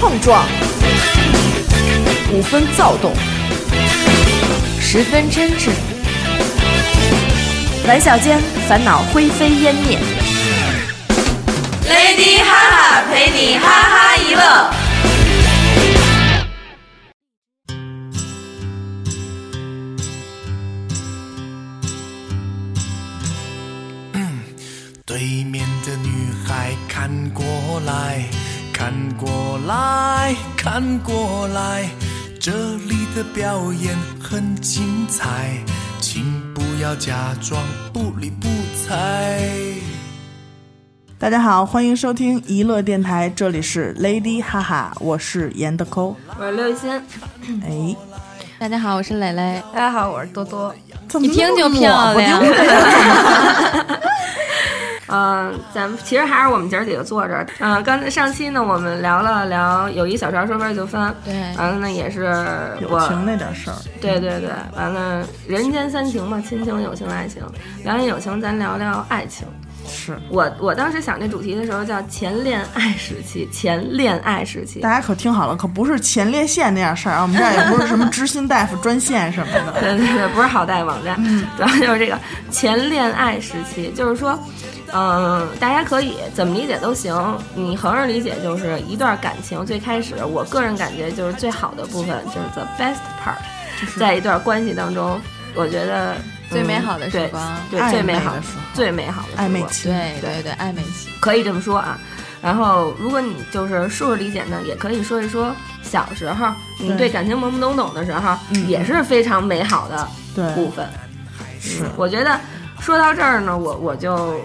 碰撞，五分躁动，十分真挚，玩笑间烦恼灰飞烟灭。 Lady 哈哈陪你哈哈一乐。对面的女孩看过来，看过来，看过来，这里的表演很精彩，请不要假装不理不睬。大家好，欢迎收听娱乐电台，这里是 Lady 哈哈，我是严德抠。我是刘雨欣，嗯哎，大家好，我是蕾蕾。大家好，我是多 多。怎么一听就那么漂抹不亮 丁，嗯，咱们其实还是我们姐儿几个坐这儿。嗯，刚才上期呢，我们聊了聊友谊小船说分就分，对完了呢也是友情我，那点事儿，对对对，完了人间三情嘛，亲情、友情、爱情。聊完友情，咱聊聊爱情。是我我当时想这主题的时候叫前恋爱时期，前恋爱时期大。家可听好了，可不是前列腺那点事儿啊，我们这儿也不是什么知心大夫专线什么的。 对对对，不是好贷网站，嗯主要就是这个前恋爱时期，就是说，嗯、大家可以怎么理解都行，你横着理解就是一段感情最开始，我个人感觉就是最好的部分，就是 the best part，、在一段关系当中，我觉得最嗯美好的时对光对暧最美昧好的时候最美好的时暧昧光期， 对对对，暧昧期。可以这么说啊。然后，如果你就是竖着理解呢，也可以说一说小时候你对对感情懵懵懂懂的时候，嗯也是非常美好的部对，分。嗯是我觉得说到这儿呢，我我就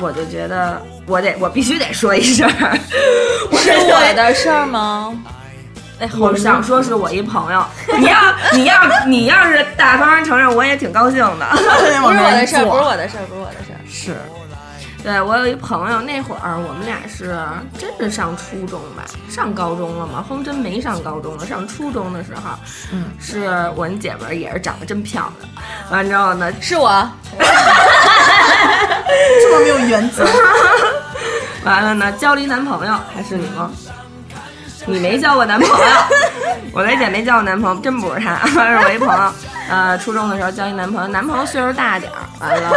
我就觉得我得我必须得说一声儿，我是得说 我的事儿吗？哎，我想说是我一朋友，你要你要你要是大方承认，我也挺高兴的。不不是我的事儿，不是我的事儿，不是我的事儿。是对我有一朋友，那会儿我们俩是真是上初中吧，上高中了吗？好像真没上高中了，上初中的时候，嗯，是我那姐们儿也是长得真漂亮，完之后呢，是我，这么没有原则，完了呢，交了一男朋友，还是你吗？你没交过男朋友， 我那姐没交过男朋友，真不是她， 是我一朋友。呃，初中的时候交一男朋友，男朋友岁数大点儿，完了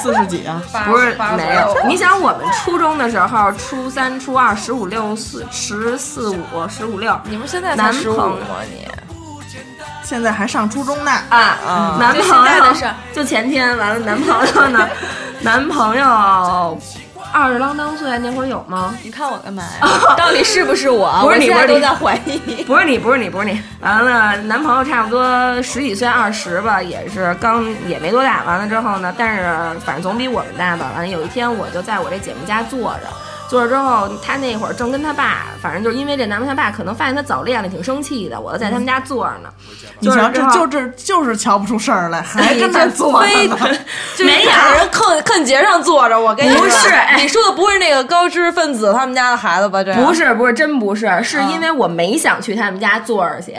四十几啊，不是没有。你想我们初中的时候，初三、初二，十五六、四十四五、十五六，你们现在才男十五朋友吗？你现在还上初中呢。啊，男就朋现在友的事儿就前天完了，男朋友呢？男朋友二十郎当岁啊那会儿有吗？你看我干嘛 呀？到底是不是我？啊不是我你现在不是都你在怀 疑。不是你，不是你，不是你。完了，男朋友差不多十几岁，二十吧，也是刚也没多大。完了之后呢，但是反正总比我们大吧。完了有一天，我就在我这姐妹家坐着，坐着之后，她那会儿正跟她爸，反正就是因为这男朋友，他爸可能发现她早恋了，挺生气的。我就在他们家坐着呢，你坐着瞧，之这后就这就是瞧不出事儿来，哎还跟那儿坐着非 呢。没有俩人坑坑节上坐着，我跟你说，不 是哎你说的不是那个高知分子他们家的孩子吧？啊这不是不是，真不嗯是，是因为我没想去他们家坐着去。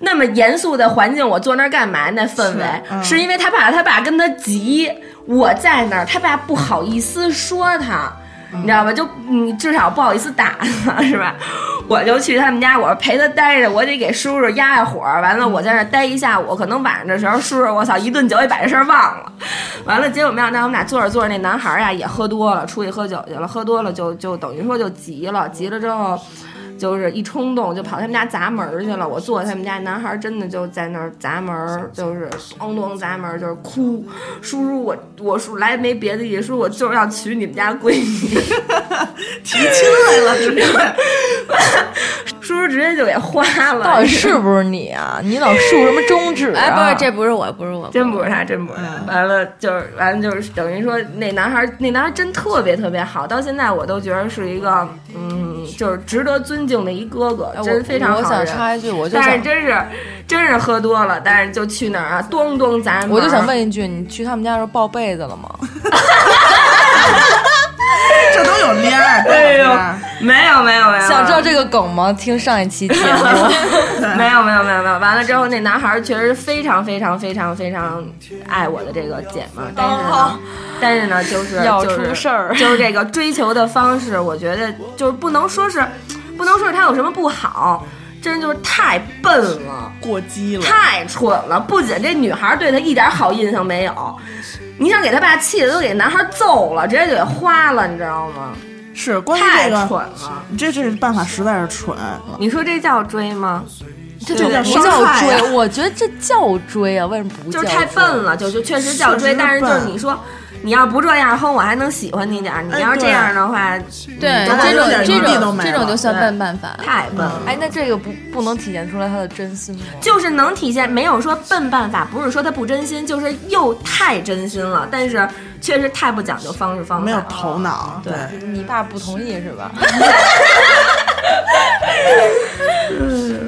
那么严肃的环境，我坐那儿干嘛？那氛围是嗯因为他爸他爸跟他急，我在那儿，他爸不好意思说他。嗯你知道吧？就你至少不好意思打他，是 吧？我就去他们家，我陪他待着，我得给叔叔压压火。完了，我在那儿待一下午，可能晚上的时候，叔叔我操一顿酒也把这事儿忘了。完了，结果没想到我们俩坐着坐着，那男孩儿啊呀也喝多了，出去喝酒去了，喝多了就就等于说就急了，急了之后。就是一冲动就跑他们家砸门儿去了，我坐他们家，男孩儿真的就在那儿砸门儿，就是咚咚砸门儿，就是哭，叔叔我我叔来没别的意思，叔我就是要娶你们家闺女，提亲来了， 直接叔叔直接就给花了，到底是不是你啊？你老竖什么中指、啊？哎，不是，这不是我，不是我，真不是他，真不是嗯他。完了就是，完了就是等于说，那男孩儿，那男孩儿真特别特别好，到现在我都觉得是一个，嗯，就是值得尊敬的一哥哥，哎我真非常我好想人。插一句，我就但想是，真是，真是喝多了，但是就去那儿啊，咚咚砸门。我就想，问一句，你去他们家的时候抱被子了吗？这都有链儿，都哎有链呦儿。，没有没有没有，想知道这个梗吗？听上 一 期节目。没有没有没有没有，完了之后那男孩儿确实非常非常非常非常爱我的这个姐们儿，但是呢，但是呢，就是要就是出事儿就是这个追求的方式，我觉得就是不能说是。不能说是他有什么不好，真就是太笨了。过激了，太蠢了！不仅这女孩对他一点好印象没有，你想给他爸气的都给男孩揍了，直接就给花了，你知道吗？是关于太这蠢个，了！你这这办法实在是蠢。你说这叫追吗？这这叫不伤叫害啊追，我觉得这叫追啊，为什么不就叫是追？太笨了，就就确实叫追，是但是就是笨你说。你要不这样哼，我还能喜欢你点儿。你哎要是这对样的话，对咱俩这种有点这余地都种没这种了就算对笨办法。太笨了，嗯哎，那这个不不能体现出来他的真心吗？就是能体现没有说笨办法，不是说他不真心，就是又太真心了，但是确实太不讲究方式方法，没有头脑，对你爸不同意是吧？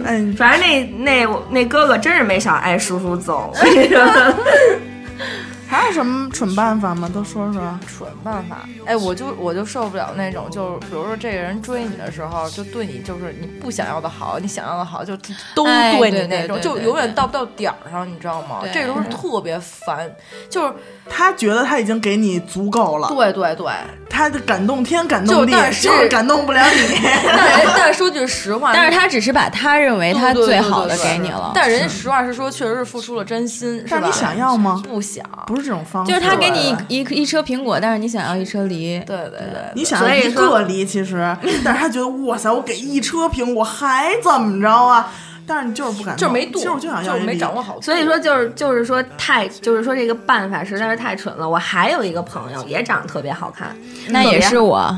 哎，你反正那那我那哥哥真是没少挨叔 叔揍，还有什么蠢办法吗？都说说。蠢办法，哎，我就我就受不了那种，就是比如说这个人追你的时候，就对你就是你不想要的好，你想要的好，就都哎对你对那对种，对就对永远对到不到点儿上，你知道吗对？这种是特别烦，就是他觉得他已经给你足够了，对对对。他的感动天感动地，就但就是是感动不了你。但人但说句实话，但是他只是把他认为他对对最对好的对给是你了，嗯但人家实话实说，确实是付出了真心，但吧？你想要吗？不想，不是这种方式，就是他给你一一车苹果，但是你想要一车梨。对对对，你想要所以一说个梨，其实，但是他觉得哇塞，我给一车苹果还怎么着啊？但是你就是不敢弄，就是没度，其实我就想要一没梨掌握好度，所以说就是就是说太就是说这个办法实在是太蠢了。我还有一个朋友也长得特别好看，那也是我，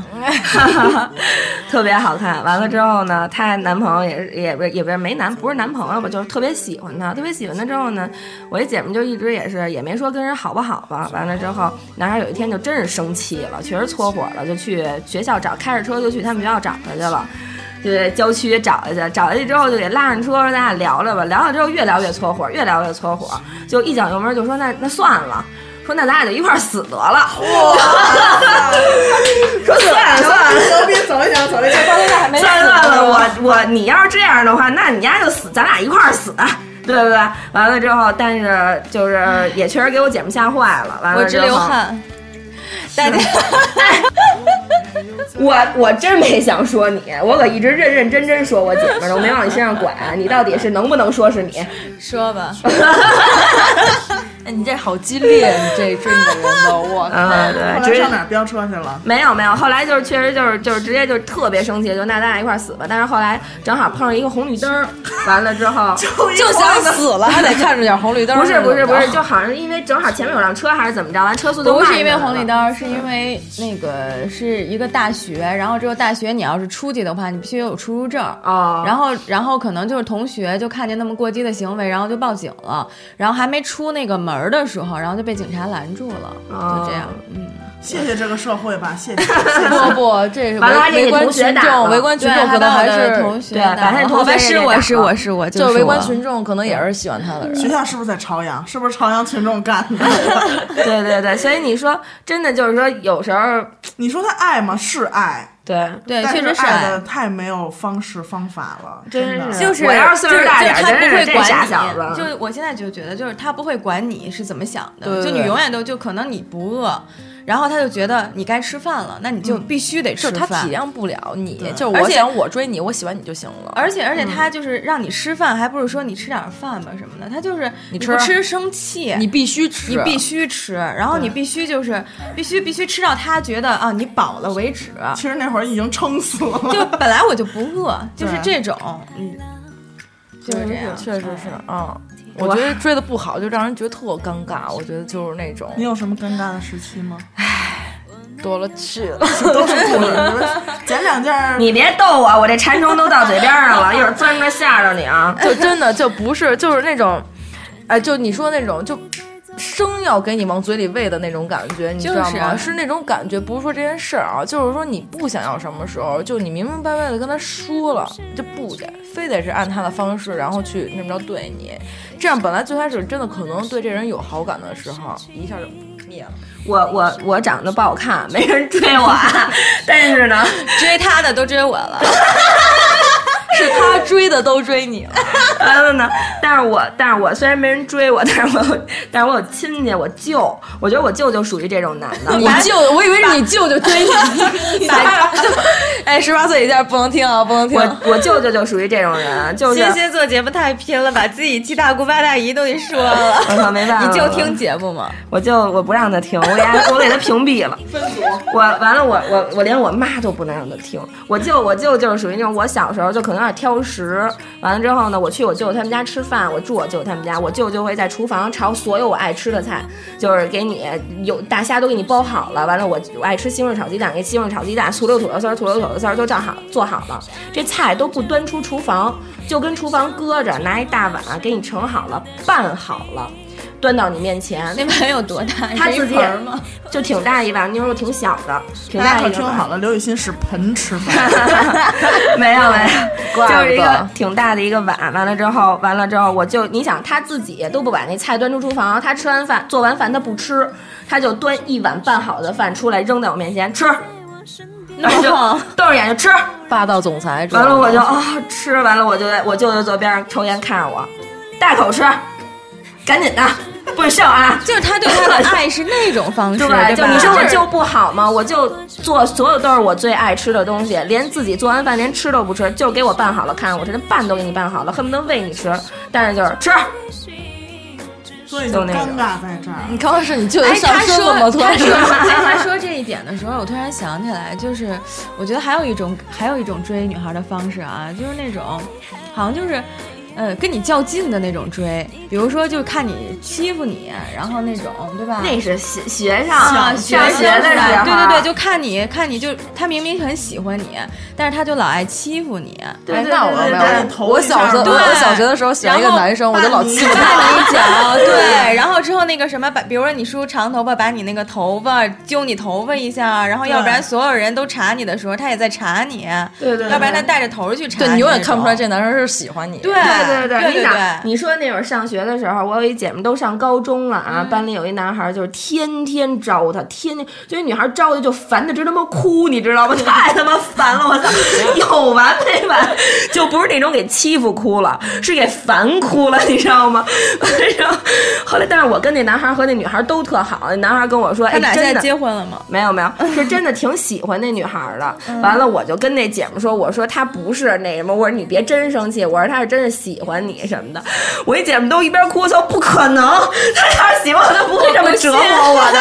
特别好看。完了之后呢，她男朋友也是也不是也不是没男不是男朋友吧，就是特别喜欢她，特别喜欢她之后呢，我这姐们就一直也是也没说跟人好不好吧。完了之后，男孩有一天就真是生气了，确实搓火了，就去学校找，开着车就去他们学校找她去了。对，郊区找去，找下去之后就给拉上车，说咱俩聊聊吧。聊了之后越聊越搓火，越聊越搓火，就一脚油门就说那那算了，说那咱俩就一块儿死得了。说算了算了，何必走一想走一想，到现在还没算了算了，我我你要是这样的话，那你丫就死，咱俩一块儿死，对不对？完了之后，但是就是也确实给我姐们吓坏了。完我了之直后，流汗。大家，我我真没想说你，我可一直认认真真说我姐们儿的，我没往你身上拐。你到底是能不能说是你？说吧， 哎，你这好激烈，你这追你的人都，我靠嗯，后对，来直接上哪儿飙车去了？没有没有，后来就是确实就是就是直接就特别生气，就那咱俩一块儿死吧。但是后来正好碰上一个红绿灯儿，完了之 后就想死了，还得看着点红绿灯儿不是怎么不着。是不是，就好像是因为正好前面有辆车还是怎么着，完车速就啊不慢是因为下来红绿了，灯，是因为那个是一个大学，然后只有大学你要是出去的话，你必须有出入证。哦，然后，然后可能就是同学就看见那么过激的行为，然后就报警了。然后还没出那个门儿的时候，然后就被警察拦住了，就这样。嗯，谢谢这个社会吧，谢谢。不不，这是完了还围给你围观同学群打了众，围观群对，众还可把能我还的是啊同学对打了，把他的同好学吧也是给我打是了我啊是我，就是是围观我群众可能也是喜欢他的人。学校是不是在朝阳？是不是朝阳群众干的？ 对对对，所以你说真的就是说有时候你说他爱吗？是爱，对。对，但确实是是啊爱的太没有方式方法了，真的。就是我要是岁数就是大点儿就是他真不是会这管傻你，小子就是我现在就觉得，就是他不会管你是怎么想的，对对就你对永远都就可能你不饿，然后他就觉得你该吃饭了，那你就必须得就吃是他饭。体谅不了你，就是而我且想我追你，我喜欢你就行了。而且而且他就是让你吃饭，还不是说你吃点儿饭吧什么的，他就是你不吃吃生气，你必须吃，你必须吃，然后你必须就是必须必须吃到他觉得啊你饱了为止。其实那会儿已经撑死了。就本来我就不饿，就是对这种，嗯，就是这样。确实是，嗯，我觉得追的不好就让人觉得特尴尬。我觉得就是那种你有什么尴尬的时期吗？ 多了去了。都是故事，捡两件儿你别逗我，我这馋虫都到嘴边儿上 了，一会儿钻着吓着你啊！ 就真的就不是，就是那种，哎，就你说那种就。生要给你往嘴里喂的那种感觉，你知道就是吗？啊是那种感觉，不是说这件事儿啊，就是说你不想要什么时候，就你明明白白的跟他说了，就不得非得是按他的方式，然后去那么着对你，这样本来最开始真的可能对这人有好感的时候，一下就灭了。我我我长得不好看，没人追我，啊。 但是呢， 追他的都追我了，是他追的都追你了，完了呢， 但是我但是我虽然没人追我，但是我但是我有亲戚，我舅，我觉得我舅就属于这种男 的。你舅，我以为是你舅舅 追你， 哎，十八岁以下不能听啊，不能听。我我舅舅就属于这种 人，就是天蝎座节目太拼了，把自己七大姑八大姨都给说了。我操嗯没办法，你就听节目吗？我就我不让他听，我给他我给他屏蔽了。我完了，我我我连我妈都不能让他听。我舅我舅就是属于那种，我小时候就可能有点挑食。完了之后呢，我去我舅他们家吃饭，我住我舅他们家，我舅就会在厨房炒所有我爱吃的菜，就是给你有大虾都给你包好了。完了我我爱吃西红柿炒鸡蛋，给西红柿炒鸡蛋，醋溜土豆丝儿，醋溜土豆丝儿都照好做好了，这菜都不端出厨房，就跟厨房搁着，拿一大碗给你盛好了，拌好了。端到你面前，那 碗有多哎大？他是一自己盆儿吗？就挺大一碗，那时候挺小的，挺大大家一可个。听好了，刘雨欣是盆吃饭， 没嗯有没 有，不就是一个得挺大的一个碗。完了之后，完了之后，我就你想他自己都不把那菜端出厨房，他吃完饭做完饭他不吃，他就端一碗拌好的饭出来扔在我面前 吃，那么哦就胖 瞪着眼睛吃。霸道总裁。完了我就啊、吃，完了我就在我舅舅坐边上抽烟看着我，大口吃，赶紧的，不许笑啊！就是他对他的爱是那种 方式，对吧？就你说我舅不好吗？我就做所有都是我最爱吃的东西，连自己做完饭连吃都不吃，就给我拌好了，看着我这连拌都给你拌好了，恨不得喂你吃，但是就是吃。所以就就那尴种尬在这儿。你刚刚是你舅舅哎，上他身了说吗？突他然说哎说， 他说这一点的时候，我突然想起来，就是我觉得还有一种还有一种追女孩的方式啊，就是那种好像就是。呃，跟你较劲的那种追，比如说就是看你欺负你，然后那种，对吧？那是学学上啊，学学学的时候，对对对，就看你看你就他明明很喜欢你，但是他就老爱欺负你，对哎对那我对没对对有对，头我一下小时候对我小学的时候喜欢一个然后男生，我都老你欺负他。绊你一脚，啊对，然后之后那个什么，把比如说你梳长头发，把你那个头发揪你头发一下，然后要不然所有人都查你的时候，他也在查你，对对要不然他带着头去查对你永远看不出来这这男生是喜欢你。对对对对对你想，对，你说那会儿上学的时候，我有一姐们都上高中了嗯啊，班里有一男孩儿就是天天招她，天天就那女孩儿招的就烦的直他妈哭，你知道 吗？太他妈烦了，我操，有完没完？就不是那种给欺负哭了，是给烦哭了，你知道吗？ 然后后来，但是我跟那男孩儿和那女孩儿都特好，那男孩儿跟我说，他哎，俩现真在的。结婚了吗？没有没有，是真的挺喜欢那女孩儿的。完了，我就跟那姐们说，我说她不是那什么，我说你别真生气，我说她是真的喜欢你什么的。我一姐们都一边哭，我说不可能，她要是喜欢我，她不会这么折磨我的。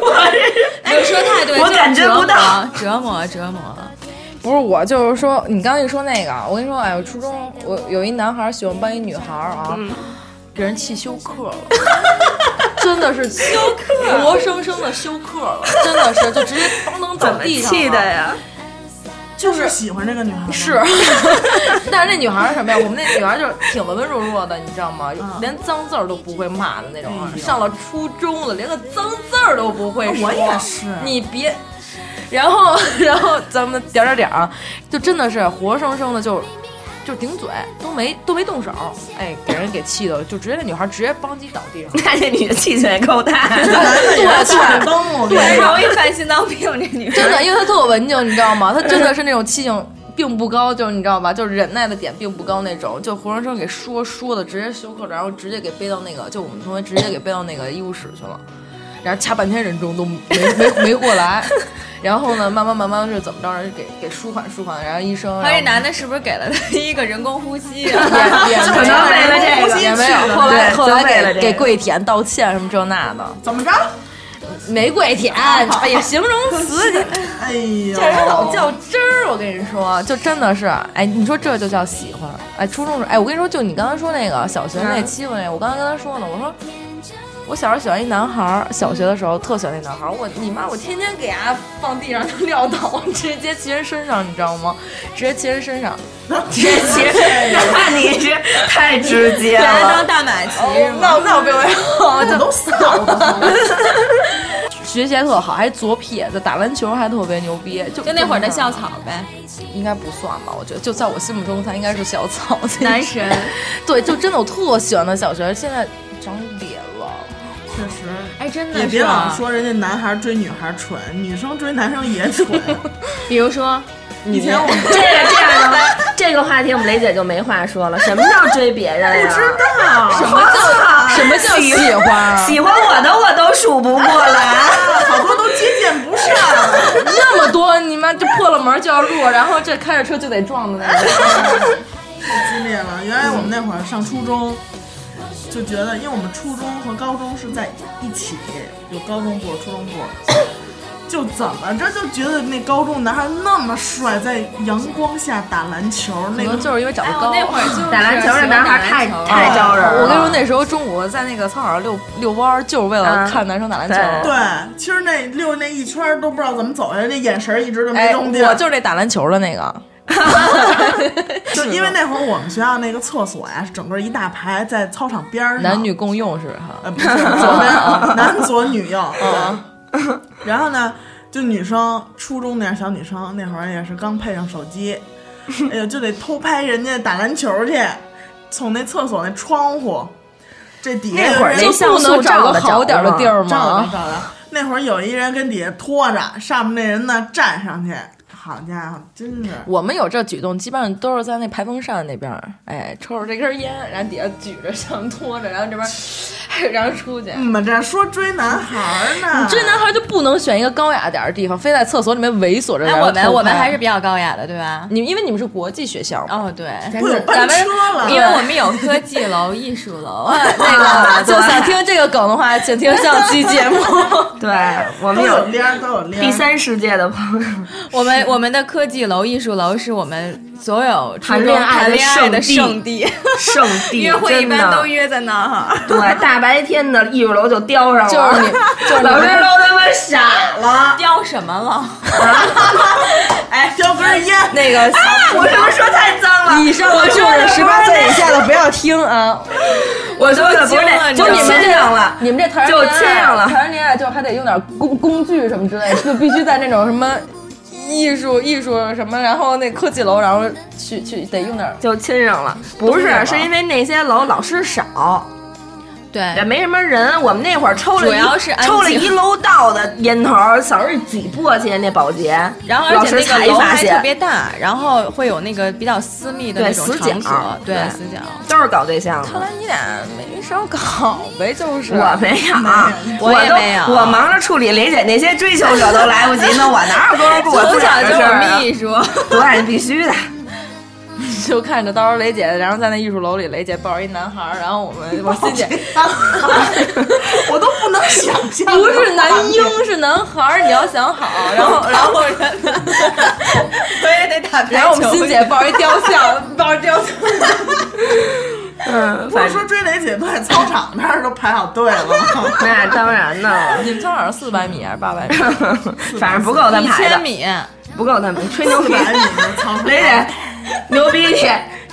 我这哎，你说太对，我就是感觉不到折磨折磨折磨。不是我，就是说你刚刚一说那个，我跟你说，哎，我初中我有一男孩喜欢班一女孩啊，给人气休克 了，真的是休克，活生生的休克了，真的是就直接当当倒地上了。呀？就是喜欢这个女孩吗，是， 但是那女孩儿什么呀？我们那女孩儿就是挺文文弱弱的，你知道吗？嗯连脏字儿都不会骂的那种啊。哎呦上了初中了，连个脏字儿都不会说。哦我也是你别。然后，然后咱们点儿点儿点儿啊，就真的是活生生的就就顶嘴，都没都没动手，哎，给人给气的，就直接那女孩儿直接邦叽倒地上了。看这女的气性也够大这 的。男的也是气不灯，我跟 你说，容易犯心脏病，这女真的，因为她特有文静，你知道 吗？她真的是那种气性并不高，就是你知道吧，就是忍耐的点并不高那种，就活生生给说说的直接休克了，然后直接给背到那个，就我们同学直接给背到那个医务室去了，然后掐半天人中都没没没 过来，然后呢，慢慢慢慢是怎么着，人给给舒缓舒缓，然后医生，还有这然后男的是不是给了她一个人工呼吸啊？也也 可没能为了这个有也没有，后来对后就为了这来个给给跪舔道歉什么这那的，怎么着？没跪舔， 哎呀，形容词啊哎呦，你。这人老较真儿，我跟你说，啊就真的是，哎，你说这就叫喜欢，哎，初中时候，哎，我跟你说，就你刚才说那个小学那欺负那个，我刚才跟他说呢，我说。我小时候喜欢一男孩儿，小学的时候特喜欢那男孩儿。我你妈，我天天给他放地上就撂倒， 直接骑人身上，你知道吗？直接骑人身上，这其实，那你是太直接把她了当。大马骑是吗？那那我并没有，我都臊的，学习还特好，还左撇子，打篮球还特别牛逼。就就那会儿的校校草 呗，应该不算吧？我觉得就在我心目中，他应该是小草男神。对，就真的我特喜欢他小学，现在长脸了。确实。哎，真的也是别老啊。说人家男孩追女孩蠢，女生追男生也蠢。比如说，以前我们这个这样的， 这个话题我们雷姐就没话说了。什么叫追别人啊呀、道 什么叫什么叫喜欢？啊喜欢我的我都数不过来。 好多都接见不上。那么多，你妈这破了门就要录，然后这开着车就得撞的那种。太激烈了。原来我们那会儿上初中，就觉得，因为我们初中和高中是在一起，有高中部、初中部，就怎么着就觉得那高中男孩那么帅，在阳光下打篮球，那可个能就是因为长得高。哎那会儿就是打篮球的男孩太喜欢打篮球太招人了。我跟你说，那时候中午在那个操场上遛遛弯儿，就是为了嗯看男生打篮球。啊对，其实那溜那一圈都不知道怎么走下来，那眼神一直都没哎，动静。我就是那打篮球的那个。就因为那会儿我们学校那个厕所呀，是整个一大排在操场边儿上，男女共用是哈，呃，不是左边男左女右。对然后呢，就女生初中那样小女生，那会儿也是刚配上手机，哎呦，就得偷拍人家打篮球去，从那厕所那窗户，这底下那会儿有那人像哎不素能找照个的好点儿的地儿照着吗？照着，那会儿有一人跟底下拖着，上面那人呢站上去，好家伙，真是。我们有这举动，基本上都是在那排风扇那边儿，哎，抽着这根烟，然后底下举着上拖着，然后这边，哎然后出去。你们嗯这说追男孩儿呢？嗯追男孩就不能选一个高雅点儿的地方，非在厕所里面猥琐着。哎，我们我们还是比较高雅的，对吧？你，因为你们是国际学校嘛，哦，对，不有咱班们车了，因为我们有科技楼、艺术 楼， 那 嗯个就想听这个梗的话，请听上期节目。对，我都们有有帘儿，都有帘儿。第三世界的朋友， 我们我们的科技楼、艺术楼是我们所有初谈中恋爱谈的恋爱的圣圣 地，圣地，约会一真的般都约在那儿哈。 对，大白天的艺术楼就叼上了，就是你， 就是你老师都他妈傻了。 雕什么了？哎，叼根烟，那个我是不是说太脏了？以上的我就说的不是十八岁以下的不要听啊！我说的不是我都惊了那，你就知道你吗们这样了，你们这谈就这样了谈恋爱就还得用点工工具什么之类的，就必须在那种什么艺术艺术什么，然后那科技楼，然后去去得用点。就亲上了。不都是是，吧是因为那些楼老师少，也 对，没什么人。我们那会儿抽了一，主要是安静抽了一楼道的烟头，小时候挤簸箕，那保洁，然后老而且师那才个楼发还特现别大，然后会有那个比较私密的那种对死角场所，对对死角。都是搞对象的。你俩没少搞呗，就是 我没有，啊我我也都没有我忙着处理雷姐那些追求者都来不及呢，我哪有功夫顾我 从自个小儿的就事儿是啊？秘书， 对，必须 的。就看着到时候雷姐，然后在那艺术楼里，雷姐抱着一男孩儿，然后我们我欣姐 我都不能想象。不是男婴是男孩儿，你要想好，然后然后 我也得打然后我们欣姐抱着一雕 像，抱着雕像。嗯，不反是说正追雷姐都在操场那儿都排好队了 吗？那当然呢， 你们操场上四百米还是八百米？ 反正不够他一排千的，米，不够他们吹牛逼。 哎排你们操场。雷姐，牛逼你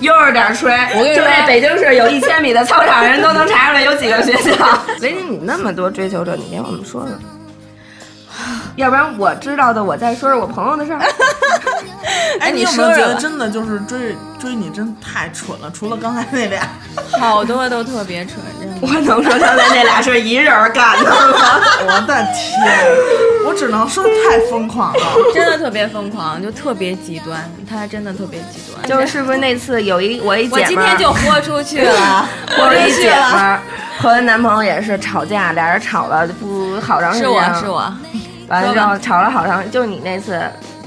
悠着点吹。我跟你就说在北京市有一千米的操场，人都能查出来有几个学 校。雷姐，你那么多追求者，你给我们说说。要不然我知道的，我再说说我朋友的事儿。哎，你你有没有说觉说得吧真的就是追追你真太蠢了？除了刚才那俩， 好多都特别蠢，真的我能说刚才那俩是一人儿干的 吗？我的天，我只能说太疯狂了。 真的特别疯狂，就特别极端，他真的特别极端。就是是不是那次有一我一姐我们儿，今天就豁出去了， 我豁一出去姐们了。儿和男朋友也是吵架，俩人吵了不好长时是间，我是，我，完了之说后吵了好长，就是你那次。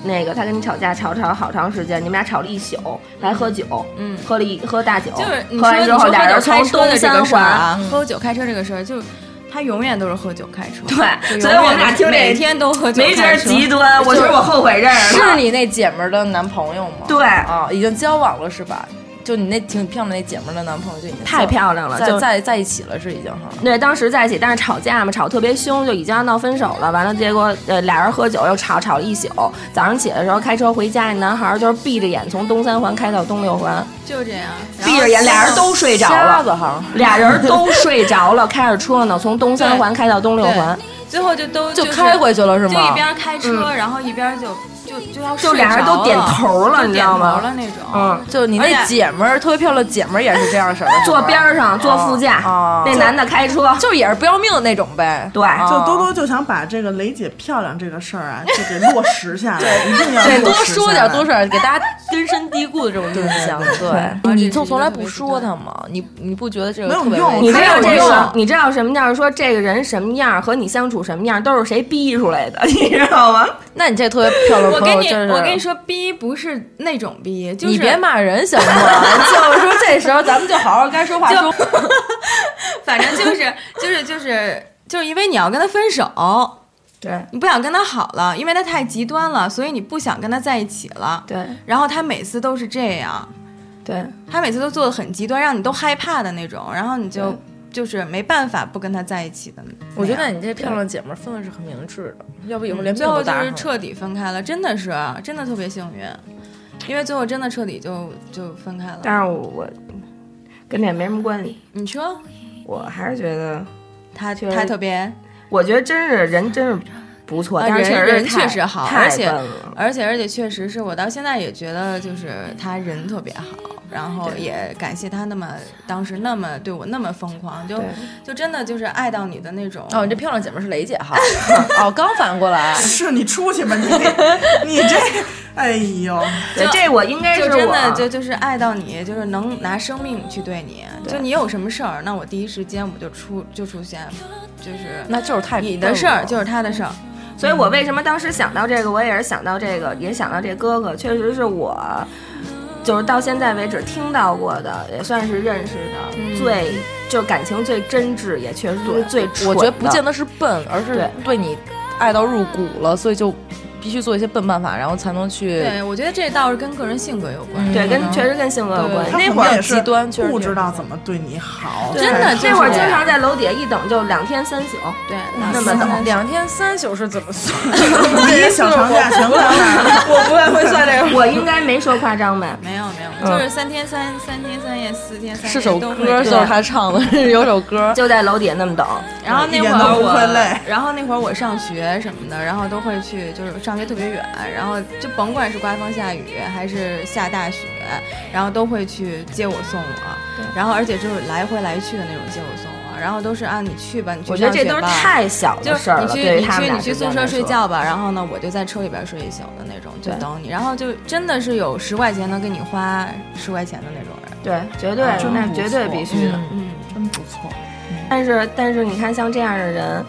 那个他跟你吵架，吵吵好长时间，你们俩吵了一宿，还喝酒，嗯喝了一喝大酒，就是你喝说完你之说后喝俩人酒从开车东的这三个事儿环，啊，喝酒开车这个事儿，就是他永远都是喝酒开车。对，就永远所以我们俩都是听这每天都喝酒没觉开得车， 极端，我觉得我后悔认识是他，你那姐们儿的男朋友吗？对啊，哦已经交往了是吧？就你那挺漂亮那姐们儿的男朋友就已经太交漂亮了，在就在在一起了是已经哈。对，当时在一起，但是吵架嘛，吵特别凶，就已经要闹分手了。完了，结果呃俩人喝酒又吵，吵了一宿。早上起来的时候开车回家，那男孩儿就是闭着眼从东三环开到东六环，就这样。然后闭着眼，俩人都睡着瞎了，子哈，俩人都睡着了，开着车呢，从东三环开到东六环。最后就都就是开回去了是就一吗？边开车，然后一边就就就就要就俩人都点头了了，你知道吗就点头了那种。嗯，就你而那且姐们儿特别漂亮，姐们儿也是这样式儿的，坐边儿上，坐副驾，哦那男的开车，就也是不要命的那种呗。对啊就多多就想把这个雷姐漂亮这个事儿啊，就给落实下来，一定要对，多落实说下点，来多说点，给大家根深蒂固的这种印象。对，啊你就从来不说他吗？你你不觉得这个没有特别用危你知险还道有这用个啊，你知道什么叫说这个人什么样和你相处什么样，都是谁逼出来的， 你知道吗？那你这特别漂亮的我朋跟友你真是，我跟你说，逼不是那种逼，就是你别骂人行吗？就是说这时候咱们就好好该说话说。 反正就是就是就是就是因为你要跟他分手，对你不想跟他好了，因为他太极端了，所以你不想跟他在一起了。对然后他每次都是这样，对，他每次都做的很极端，让你都害怕的那种，然后你就就是没办法不跟他在一起的那样。我觉得你这漂亮姐们儿分的是很明智的，要不以后连嗯最命都后就搭是上了。彻底分开了，真的是真的特别幸运，因为最后真的彻底就就分开了。但是我我跟这也没什么关系，你说我还是觉得，他确实他特别，我觉得真是人真是不错，啊但是人确实人太确实好太而且笨了而且而且确实是我到现在也觉得就是他人特别好，然后也感谢他那么当时那么对我那么疯狂，就对就真的就是爱到你的那种。哦，你这漂亮姐们儿是雷姐哈。 哦，刚反应过来。是你出去吧，你你这，哎呦，对，这我应该是就真我的就就是爱到你，就是能拿生命去对你。就你有什么事儿，那我第一时间我就出就出现，就是 那就是太你的事儿就是他的事儿。所嗯以我为什么当时想到这个，我也是想到这个，也想到这哥哥，确实是我，就是到现在为止听到过的，也算是认识的、嗯最，就感情最真挚，也确实是最蠢我觉得不见得得是笨，而是对对你爱到入骨了，所以就必须做一些笨办法，然后才能去对，我觉得这倒是跟个人性格有关。对，跟确实跟性格有关系。他那可会儿能也极是端确实不挺知道怎么对你好，哎真 的这那会儿经常在楼底下一等就两天三宿，对，那么那懂两天三宿是怎么算？ 第一小长假全过来了， 我不太会算这个。我应该没说夸张吧？没有没有，就是三天三三天三夜，四天三夜是首都会歌，这就是样他唱的，有首 歌。就在楼底下那么等，然后那一会点儿都不会累我，然后那会儿我上学什么的，然后都会去，就是上学特别远，然后就甭管是刮风下雨还是下大雪，然后都会去接我送我，然后而且就是来回来去的那种接我送我，然后都是啊你去吧，你去我觉得上学这都是吧太小就的事是儿你了，去对于你他们去俩你去之间宿舍来睡说。觉吧，然后呢，我就在车里边睡一宿的那种，就对等你，然后就真的是有十块钱能给你花十块钱的那种人，对，嗯绝对，真那不绝对错必须的。嗯，真不错。但是但是你看，像这样的人，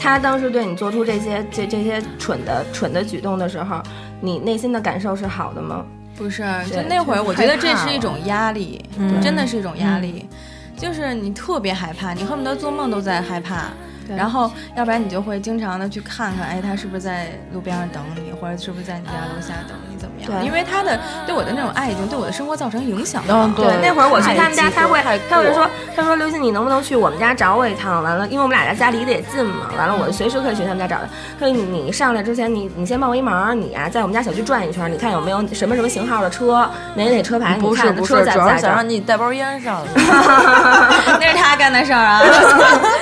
他当时对你做出这些这这些蠢的蠢的举动的时候，你内心的感受是好的吗？不是，就对那会儿，就是我觉得害这怕是一了种压力，嗯真的是一种压力，就是你特别害怕，你恨不得做梦都在害怕。对然后，要不然你就会经常的去看看，哎，他是不是在路边上等你，或者是不是在你家楼下等你，怎么样？对因为他的对我的那种爱已经对我的生活造成影响了。嗯，对那会儿我去他们家，太他会太他会过说，他说刘鑫，你能不能去我们家找我一趟？完了，因为我们俩家离得也近嘛，完了我随时可以去他们家找他。他说你你上来之前，你你先帮我一忙，你啊在我们家小区转一圈，你看有没有什么什么型号的车，哪哪车牌，不你是看不车是，在主不要在是这想儿让你带包烟上去。那是他干的事儿啊。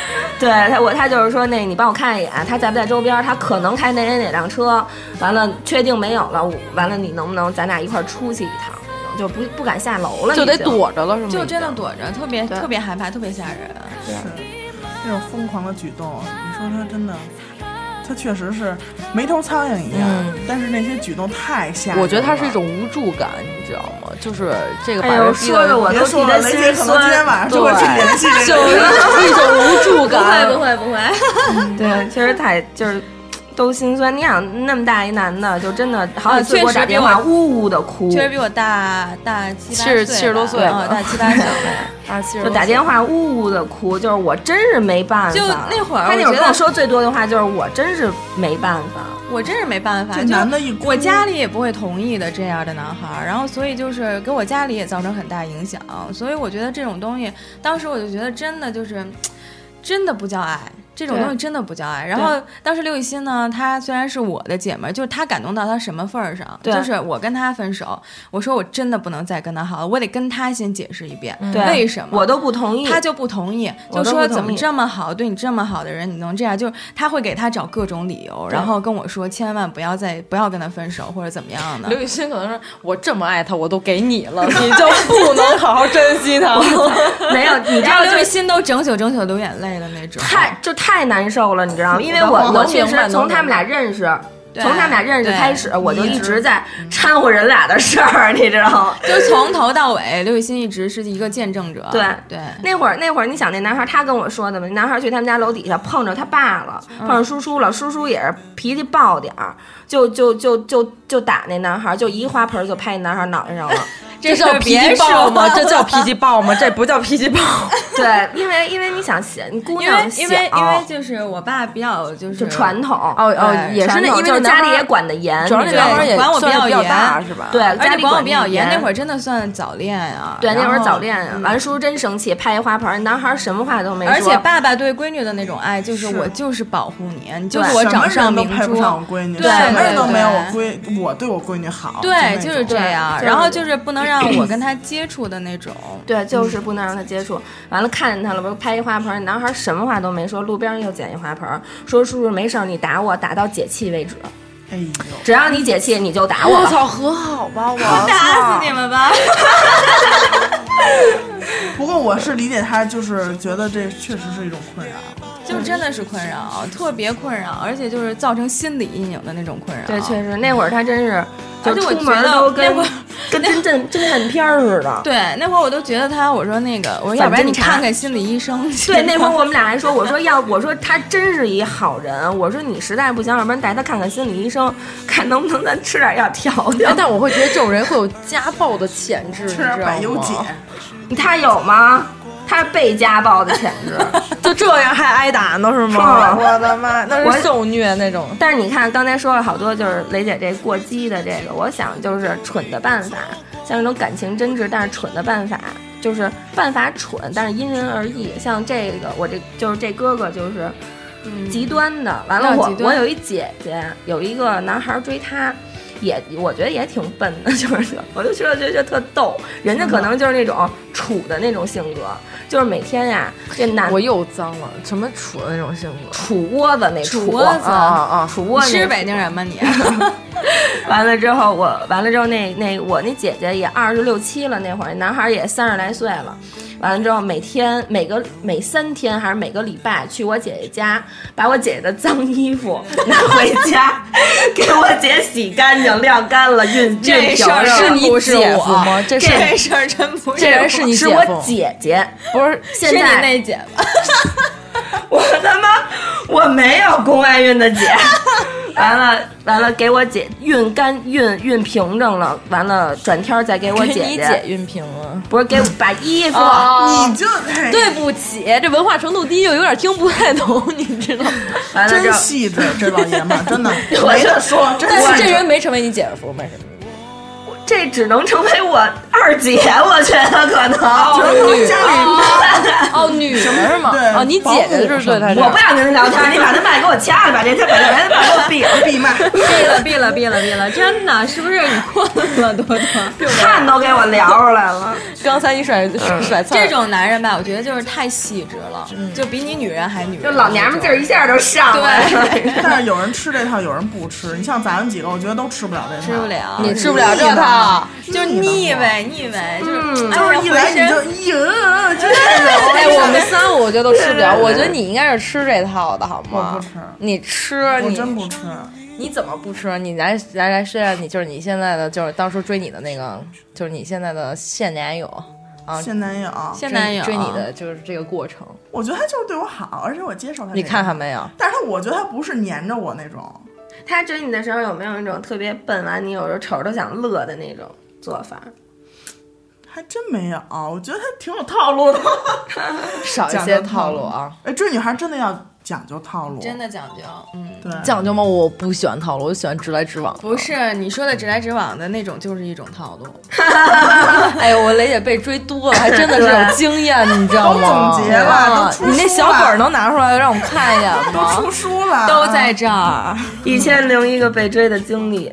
对他，我他就是说那，你帮我看一眼，他在不在周边儿？他可能开哪哪哪辆车，完了确定没有了，我完了你能不能咱俩一块儿出去一趟？那种就不不敢下楼了， 就得已经。躲着了，是吗？ 就真的躲着，特别对特别害怕，特别吓人。啊是那种疯狂的举动，你说他真的，他确实是没头苍蝇一样，嗯但是那些举动太吓人了。我觉得它是一种无助感，你知道吗？就是这个把哎呦，人逼说得着我别都说替了，他雷心姐可能今天晚酸。上就会去联系这就个是人。 一种无助感。会不会，嗯 对，确实太就是都心酸。你想那么大一男的，就真的好几次嗯确给我实打比电我话，呜呜的哭， 确实比我大大七七八十吧七十多岁嗯，大七八岁吧。 啊，其实就打电话呜呜的哭，就是我真是没办法。就那会儿他那我会儿觉跟我得说最多的话就是我真是没办法。我真是没办法，这就男的一哭我家里也不会同意的这样的男孩儿，然后所以就是给我家里也造成很大影响，所以我觉得这种东西，当时我就觉得真的就是，真的不叫爱，这种东西真的不叫爱。然后当时刘雨欣呢，她虽然是我的姐们儿，就是她感动到她什么份儿上？对就是我跟她分手，我说我真的不能再跟她好了，我得跟她先解释一遍对为什么我都不同意。他就不同意，嗯我就都不说同怎么意这么好，对你这么好的人，你能这样？就是他会给他找各种理由，然后跟我说千万不要再不要跟他分手或者怎么样的。刘雨欣可能说：“我这么爱他，我都给你 了，你就不能好好珍惜他吗？ 没有，你知然道后刘就雨是欣都整宿整宿流眼泪的那种。太就太难受了，你知道吗？ 因为我我能我明确实白能从明他们俩白认识，对从他们俩认识对开始，我就你一一直直在掺和人俩的事儿，你知道吗？ 就从头到尾，刘雨欣一直是一个见证者。对对，那会儿，那会儿，你想那男孩，他跟我说的嘛，男孩去他们家楼底下碰着他爸了，嗯碰着叔叔了，叔叔也是脾气暴点儿，就就就就就打那男孩，就一花盆就拍那男孩脑袋上了。 这事叫儿脾气别暴说吗？这 叫脾气暴吗？这不叫脾气 暴。对，因为因为你想小，你姑因为娘小，因为因为就是我爸比较就是就传统哦哦对，也是传那统因就为是那男家里孩也管得严，主要你那知道男吗孩也管我算是比比较较严大是吧？对，而家且里管我比较得严严，，那会儿真的算早恋啊。对那会儿然后早。恋啊，完叔叔真生气，拍一花盆，男孩什么话都没说，而且爸爸对闺女的那种爱，就是是我就是保护你，你就是对我什么掌上人都明配珠。不上我闺女，对什么人都对没有对我闺我对我闺女好。对，就就那是种这样。对然后就就是不能让我跟他接触的那种。对，就是不能让他接触。完了，看见他了，不是拍一花盆儿，男孩儿什么话都没说，路边儿又捡一花盆儿，说叔叔没事儿，你打我，打到解气为止，哎呦，只要你解气，你就打我吧。操，和好吧，我打死你们吧！不过我是理解他，就是觉得这确实是一种困扰。 就真的是困扰，特别困扰，而且就是造成心理阴影的那种困扰。对，确实那会儿他真是，就而且我出门儿觉得都那跟会儿跟侦探侦探片儿似的。对那会儿我都觉得他，我说那个，我说要不然你看看心理医生去。对，那 会儿我们俩还说，我说要，我说他真是一好人，啊我说你实在不行，要不然带他看看心理医生，看能不能咱吃点药调哎调。但我会觉得这种人会有 家暴的潜质，你吃知道点百忧吗解，他有吗？他是被家暴的潜质。 就这样还挨打呢是吗？是我的妈，那我是受虐那种。但是你看，刚才说了好多，就是雷姐这过激的这个，我想就是蠢的办法，像这种感情真挚但是蠢的办法，就是办法蠢，但是因人而异。像这个，我这就是这哥哥就是嗯极端的。完了比较我，嗯啊极我端有一姐姐，有一个男孩追她。也我觉得也挺笨的，就是我就觉得觉得特逗，人家可能就是那种处的那种性格，就是每天呀、这男我又脏了，什么处的那种性格？杵窝子那杵杵窝啊子啊，杵窝你子那是杵北京人吗你？完了之后，我完了之后那，那我那姐姐也二十六七了，那会儿男孩也三十来岁了。完了之后，每天每个每三天还是每个礼拜去我姐姐家，把我姐姐的脏衣服 拿回家， 给我姐洗干净、晾干了、熨熨这平事儿了。是你不是姐夫我吗？这是这事儿真不这人是你是姐我夫姐姐，不是？现是你在那姐吧？ 我他妈我没有宫外孕的 姐，完了完了给我姐熨干熨熨平整了，完了转天儿再给我给姐哎你姐哦姐熨平啊！不是给我把衣服，你就哎 对不起，这文化程度低，又有点听不太懂，你知道吗？ 完了之真后，细致，这老爷们儿真的我没就得说，真但细是致这人没成为你姐夫，没什么。这只能成为我二姐，我觉得可能。女家哦哦，女儿是吗？对哦，你姐姐就是对他这我样不。想跟他聊天，你把他麦给我掐了吧，这他把他麦 给我闭了，闭麦，闭了闭了闭了闭了，真的是不是你困了多多？汗都给我聊出来了。刚才一甩甩菜，嗯这种男人吧，我觉得就是太细致了，就比你女人还女人。就老娘们劲儿一下就上来了。但是有人吃这套，有人不吃。你像咱们几个，我觉得都吃不了这套，吃不，了，你吃不了这套。就是腻呗嗯腻呗，就是嗯哎就是一来你就一呃，就是这种 哎，我们仨我觉得都吃不了。我觉得你应该是吃这套的好吗？我不吃你吃我你真不吃。你怎么不吃？你来来来，说下你就是你现在的就是当初追你的那个，就是你现在的现男友啊，现男友，现追男友嗯追你的就是这个过程，我觉得他就是对我好，而且我接受他。你看看，没 有？但是他我觉得他不是黏着我那种，他追你的时候有没有那种特别笨完，你有时候瞅着都想乐的那种做法？还真没有。我觉得他挺有套路的。少一讲些究套套路路啊！哎，追女孩真的要讲究套路，真的讲究，嗯，对，讲究吗？我不喜欢套路，我喜欢直来直往。不是你说的直来直往的那种，就是一种套路。哎，我雷姐被追 多了，还真的是有经验，你知道吗？都总结了啊都出书了你那小本儿能拿出来让我看一眼都吗？出书了，都在这儿。一千零一个被追的经历，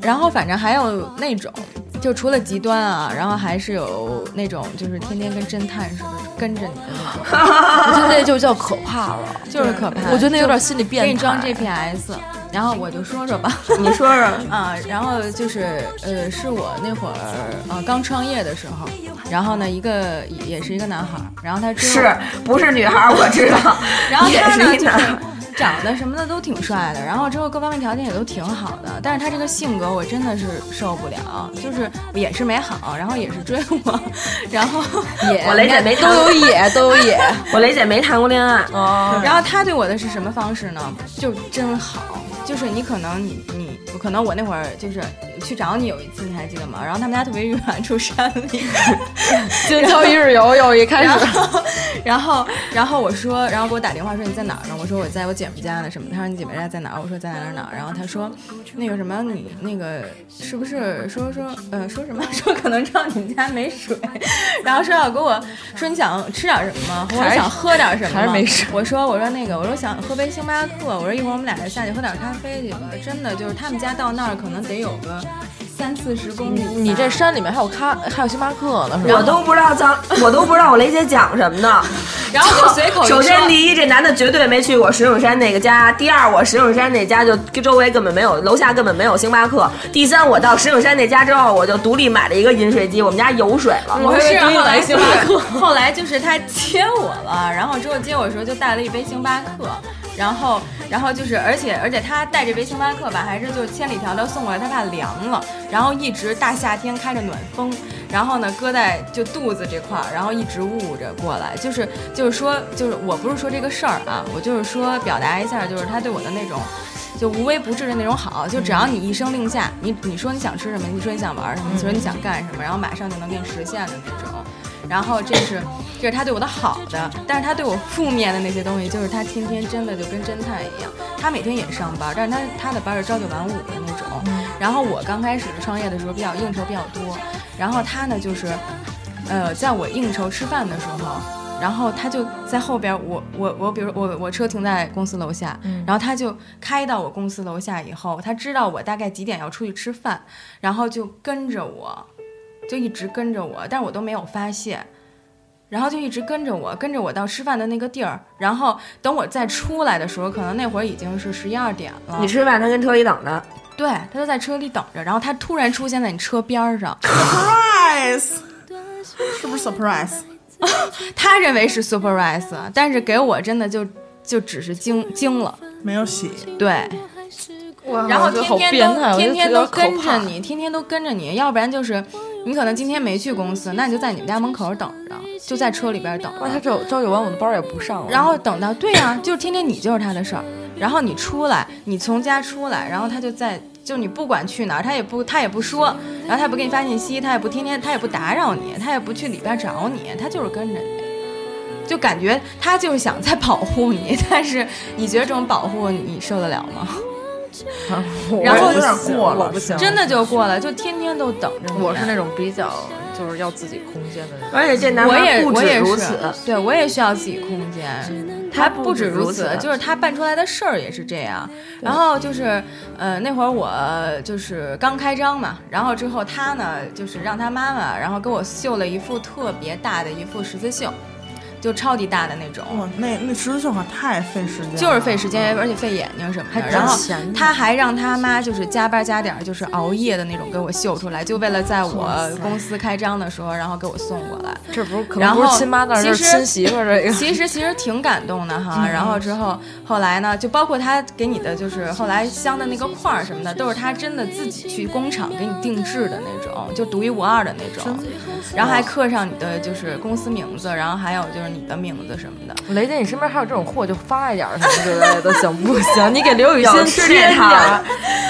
然后反正还有那种，就除了极端啊，然后还是有那种就是天天跟侦探似的跟着你的那种，我觉得那就叫可怕了。 就是可怕。我觉得那有点心理变态。给你装 GPS，然后我就说 说吧。你说说，啊，然后就是呃，是我那会儿呃刚创业的时候，然后呢，一个也是一个男孩儿，然后他追我是不是女孩儿？我知道， 然后也他呢是一就是男孩儿。长得什么的都挺帅的，然后之后各方面条件也都挺好的，但是他这个性格我真的是受不了，就是也是没好，然后也是追我，然后也我雷姐没都有 野，都有野。我雷姐没谈过恋爱，嗯嗯哦，然后他对我的是什么方式呢？就真好，就是你可能你你可能我那会儿就是去找你有一次你还记得吗？然后他们家特别远， 住山里，今宵一日游又一开然始，后，然后，然后我说，然后给我打电话说你在哪儿呢？我说我在我姐们家呢，什么？他说你姐妹家在哪儿？我说在哪儿哪儿哪儿。然后他说，那个什么，你那个是不是说说呃说什么？ 说可能知道你们家没水，然后说要给我说你想吃点什么吗？或者想喝点什么吗？还是没水我说我说那个我说想喝杯星巴克，我说一会儿我们俩下去喝点咖啡去吧。真的就是他们家到那儿可能得有个三四十公里吧。你这山里面还有咖，还有星巴克呢，是吧？我都不知道咱，我都不知道我雷姐讲什么呢。然后我就随口一首说。先，第一，这男的绝对没去过石景山那个家；第二，我石景山那家就周围根本没有，楼下根本没有星巴克；第三，我到石景山那家之后，我就独立买了一个饮水机，我们家有水了。不是，后来星巴克。 后来就是他接我了，然后之后接我的时候就带了一杯星巴克，然后然后就是，而且而且他带这杯星巴克吧，还是就是千里迢迢送过来，他怕凉了，然后一直大夏天开着暖风，然后呢搁在就肚子这块儿，然后一直捂着过来，就是就是说就是我不是说这个事儿啊，我就是说表达一下，就是他对我的那种。就无微不至的那种好，就只要你一声令下，你你说你想吃什么，你说你想玩什么，你说你想干什么，然后马上就能给你实现的那种。然后这是这是他对我的好的，但是他对我负面的那些东西，就是他天天真的就跟侦探一样，他每天也上班，但是他他的班是朝九晚五的那种。然后我刚开始创业的时候比较应酬比较多，然后他呢就是，呃，在我应酬吃饭的时候。然后他就在后边，我我我，比如我我车停在公司楼下，然后他就开到我公司楼下以后，他知道我大概几点要出去吃饭，然后就跟着我，就一直跟着我，但是我都没有发现，然后就一直跟着我，跟着我到吃饭的那个地儿，然后等我再出来的时候，可能那会儿已经是十一二点了。 你吃饭，他跟车里等着。对，他就在车里等着，然后他突然出现在你车边儿上， surprise，是不是 surprise？他认为是 surprise，但是给我真的就就只是惊惊了，没有洗，对。然后啊我觉得哦好天天变态都我觉天得天有点都可跟着怕你，天天都跟着你，要不然就是你可能今天没去公司，那你就在你们家门口等着，就在车里边等着。哇，他这朝九晚五的班儿也不上了。然后等到对呀、就是天天你就是他的事儿，然后你出来，你从家出来，然后他就在，就你不管去哪儿，他也不他也不说，然后他也不给你发信息，他也不天天他也不打扰你，他也不去里边找你，他就是跟着你，就感觉他就是想在保护你，但是你觉得这种保护你受得了吗？然后有点过了我不行，真的就过了，就天天都等着你。啊我是那种比较就是要自己空间的人。而且这男我孩也不我止也如是此，，对我也需要自己空间。他不不止止如如此此，就是他办出来的事儿也是这样。然后就是，呃，那会儿我就是刚开张嘛，然后之后他呢，就是让他妈妈，然后给我绣了一幅特别大的一幅十字绣，就超级大的那种。哇，那那十字绣可太费时间了，啊就是费时间，而且费眼睛什么的。然后他还让他妈就是加班加点儿，就是熬夜的那种给我绣出来，就为了在我公司开张的时候，然后给我送过来。这不是可然能后不是亲妈，但其是实亲媳妇儿这个。 嗯其实其实挺感动的哈。然后之后后来呢，就包括他给你的，就是后来镶的那个块儿什么的，都是他真的自己去工厂给你定制的那种，就独一无二的那种。然后还刻上你的就是公司名字，然后还有就是你你的名字什么的。雷姐，你身边还有这种货，就发一点儿什么之类的，行不行？你给刘雨有欣吃添这点套儿的。，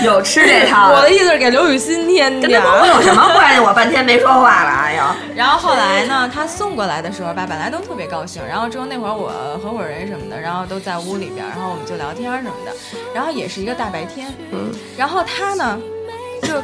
有吃这套我的的。啊意思是给刘雨欣添跟点他儿。朋友有什么关系？我半天没说话了， 哎呀，然后后来呢，他送过来的时候吧，本来都特别高兴。然后之后那会儿我合伙人什么的，然后都在屋里边儿，然后我们就聊天什么的。然后也是一个大白天，嗯。然后他呢，就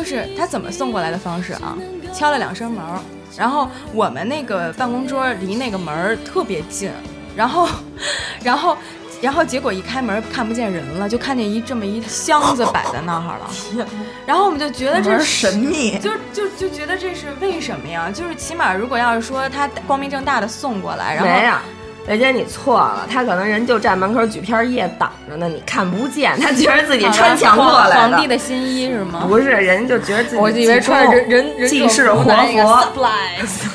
就是他怎么送过来的方式啊？敲了两声门儿，然后我们那个办公桌离那个门儿特别近，然后， 然后。然后结果一开门看不见人了，就看见一这么一箱子摆在那儿了。 然后我们就觉得这是神秘，就就就觉得这是为什么呀？就是起码如果要是说他光明正大的送过来，然没啊后有。雷哎姐，你错了，他可能人就站门口举片叶挡着呢，你看不见，他觉得自己穿墙过来皇帝的，的新衣是吗？不是人就觉得自己我以为穿着人人人济世种活服拿一个佛 supplies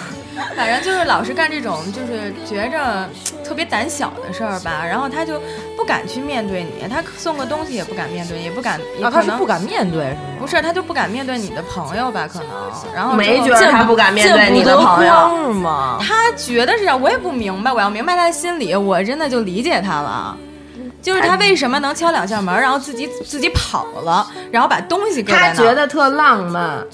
反正就是老是干这种，就是觉着特别胆小的事儿吧。然后他就不敢去面对你，他送个东西也不敢面对，也不敢，也啊，可他是能、不敢面对，是吗？不是他就不敢面对你的朋友吧？可能，然后没之后觉得他不敢面对你的朋友。是吗？他觉得是这样，我也不明白。我要明白他的心理，我真的就理解他了。就是他为什么能敲两下门，然后自己自己跑了，然后把东西搁在那他儿。觉得特浪漫，嗯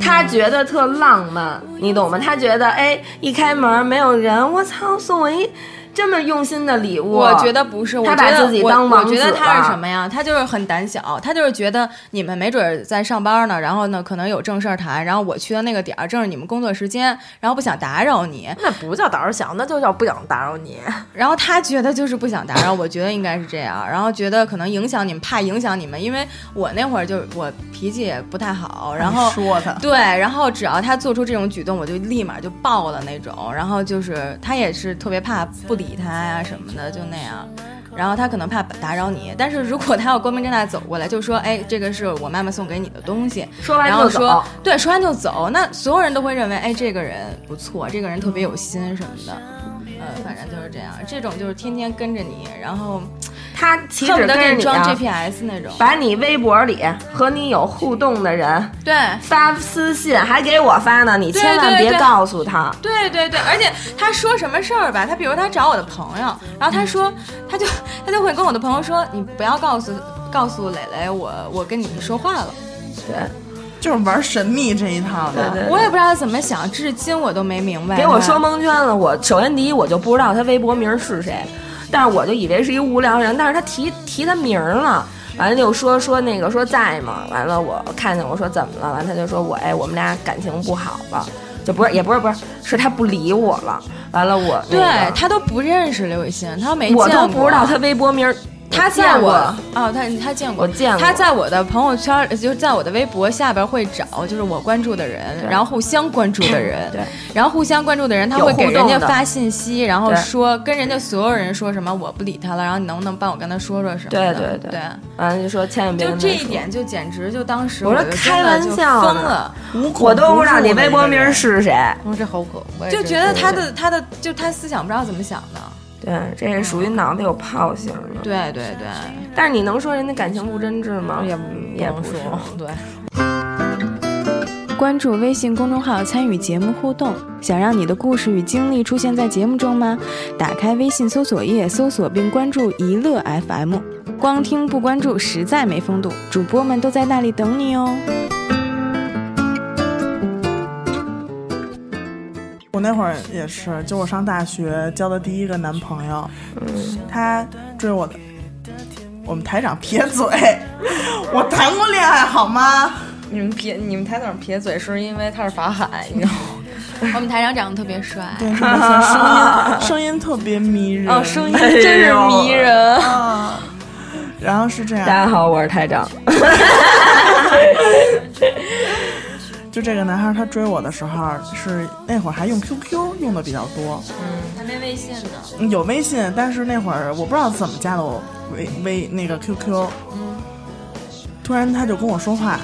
他觉得特浪漫，你懂吗？他觉得哎，一开门没有人，我操，送我一这么用心的礼物，我觉得不是，我他觉把得自己我当王我觉子得他了是什么呀？他就是很胆小，他就是觉得你们没准儿在上班呢，然后呢可能有正事儿谈，然后我去的那个点儿正是你们工作时间，然后不想打扰你，那不叫胆小，那就叫不想打扰你。然后他觉得就是不想打扰，我觉得应该是这样，然后觉得可能影响你们，怕影响你们，因为我那会儿就我脾气也不太好，然后说他对，然后只要他做出这种举动，我就立马就爆了那种。然后就是他也是特别怕不理他呀、什么的，就那样。然后他可能怕打扰你，但是如果他要光明正大地走过来，就说：“哎，这个是我妈妈送给你的东西。”说完然就后走说，对，说完就走，那所有人都会认为，哎，这个人不错，这个人特别有心什么的。呃，反正就是这样，这种就是天天跟着你，然后他岂恨止跟不得着给你你装啊， GPS 那种。把你微博里和你有互动的人对，发私信，还给我发呢，你对千万对别对告诉他。对对对，而且他说什么事儿吧，他比如他找我的朋友，然后他说，嗯他就他就会跟我的朋友说，你不要告诉告诉磊磊我我跟你说话了。就是玩神秘这一套的。对我也不知道他怎么想，至今我都没明白。给我说蒙圈了。我首先第一，我就不知道他微博名是谁，但是我就以为是一无聊人，但是他提提他名儿了。完了就说说那个说在吗？完了我看见我说怎么了？完了他就说我哎我们俩感情不好了，就不是也不是不是是他不理我了。完了我对那个他都不认识刘雨欣，他都没见过，我都不知道他微博名儿，他见在过我哦，他他见过，我见过他在我的朋友圈儿，就是在我的微博下边会找，就是我关注的人，然后互相关注的人，对，然后互相关注的人，他有会给互人动家的发信息，然后对说跟人家所有人说什么我不理他了，然后你能不能帮我跟他说说什么对的？对对对完了就说千万别就跟他这一说点就简直就当时我说就真的开玩就笑疯呢了，我都不知道你微博名儿是谁。嗯我这好可，我也哎就真觉得是他的他的就他思想不知道怎么想的，对，这是属于脑袋有泡型的。对对对，但是你能说人家感情不真挚吗？也嗯也也不说是。 对。关注微信公众号参与节目互动，想让你的故事与经历出现在节目中吗？打开微信搜索页，搜索并关注“一乐 FM”，光听不关注实在没风度，主播们都在那里等你哦。我那会儿也是，就我上大学交的第一个男朋友，他追我的。我们台长撇嘴， 我谈过恋爱好吗？你们撇你们台长撇嘴是因为他是法海，你知道吗？我们台长长得特别帅，对，是不是声音声音特别迷人哦，声音真哎是迷人。啊。然后是这样，大家好，我是台长。就这个男孩他追我的时候是那会儿还用 QQ 用的比较多，还没微信呢。嗯有微信，但是那会儿我不知道怎么加的我微微那个 QQ，突然他就跟我说话，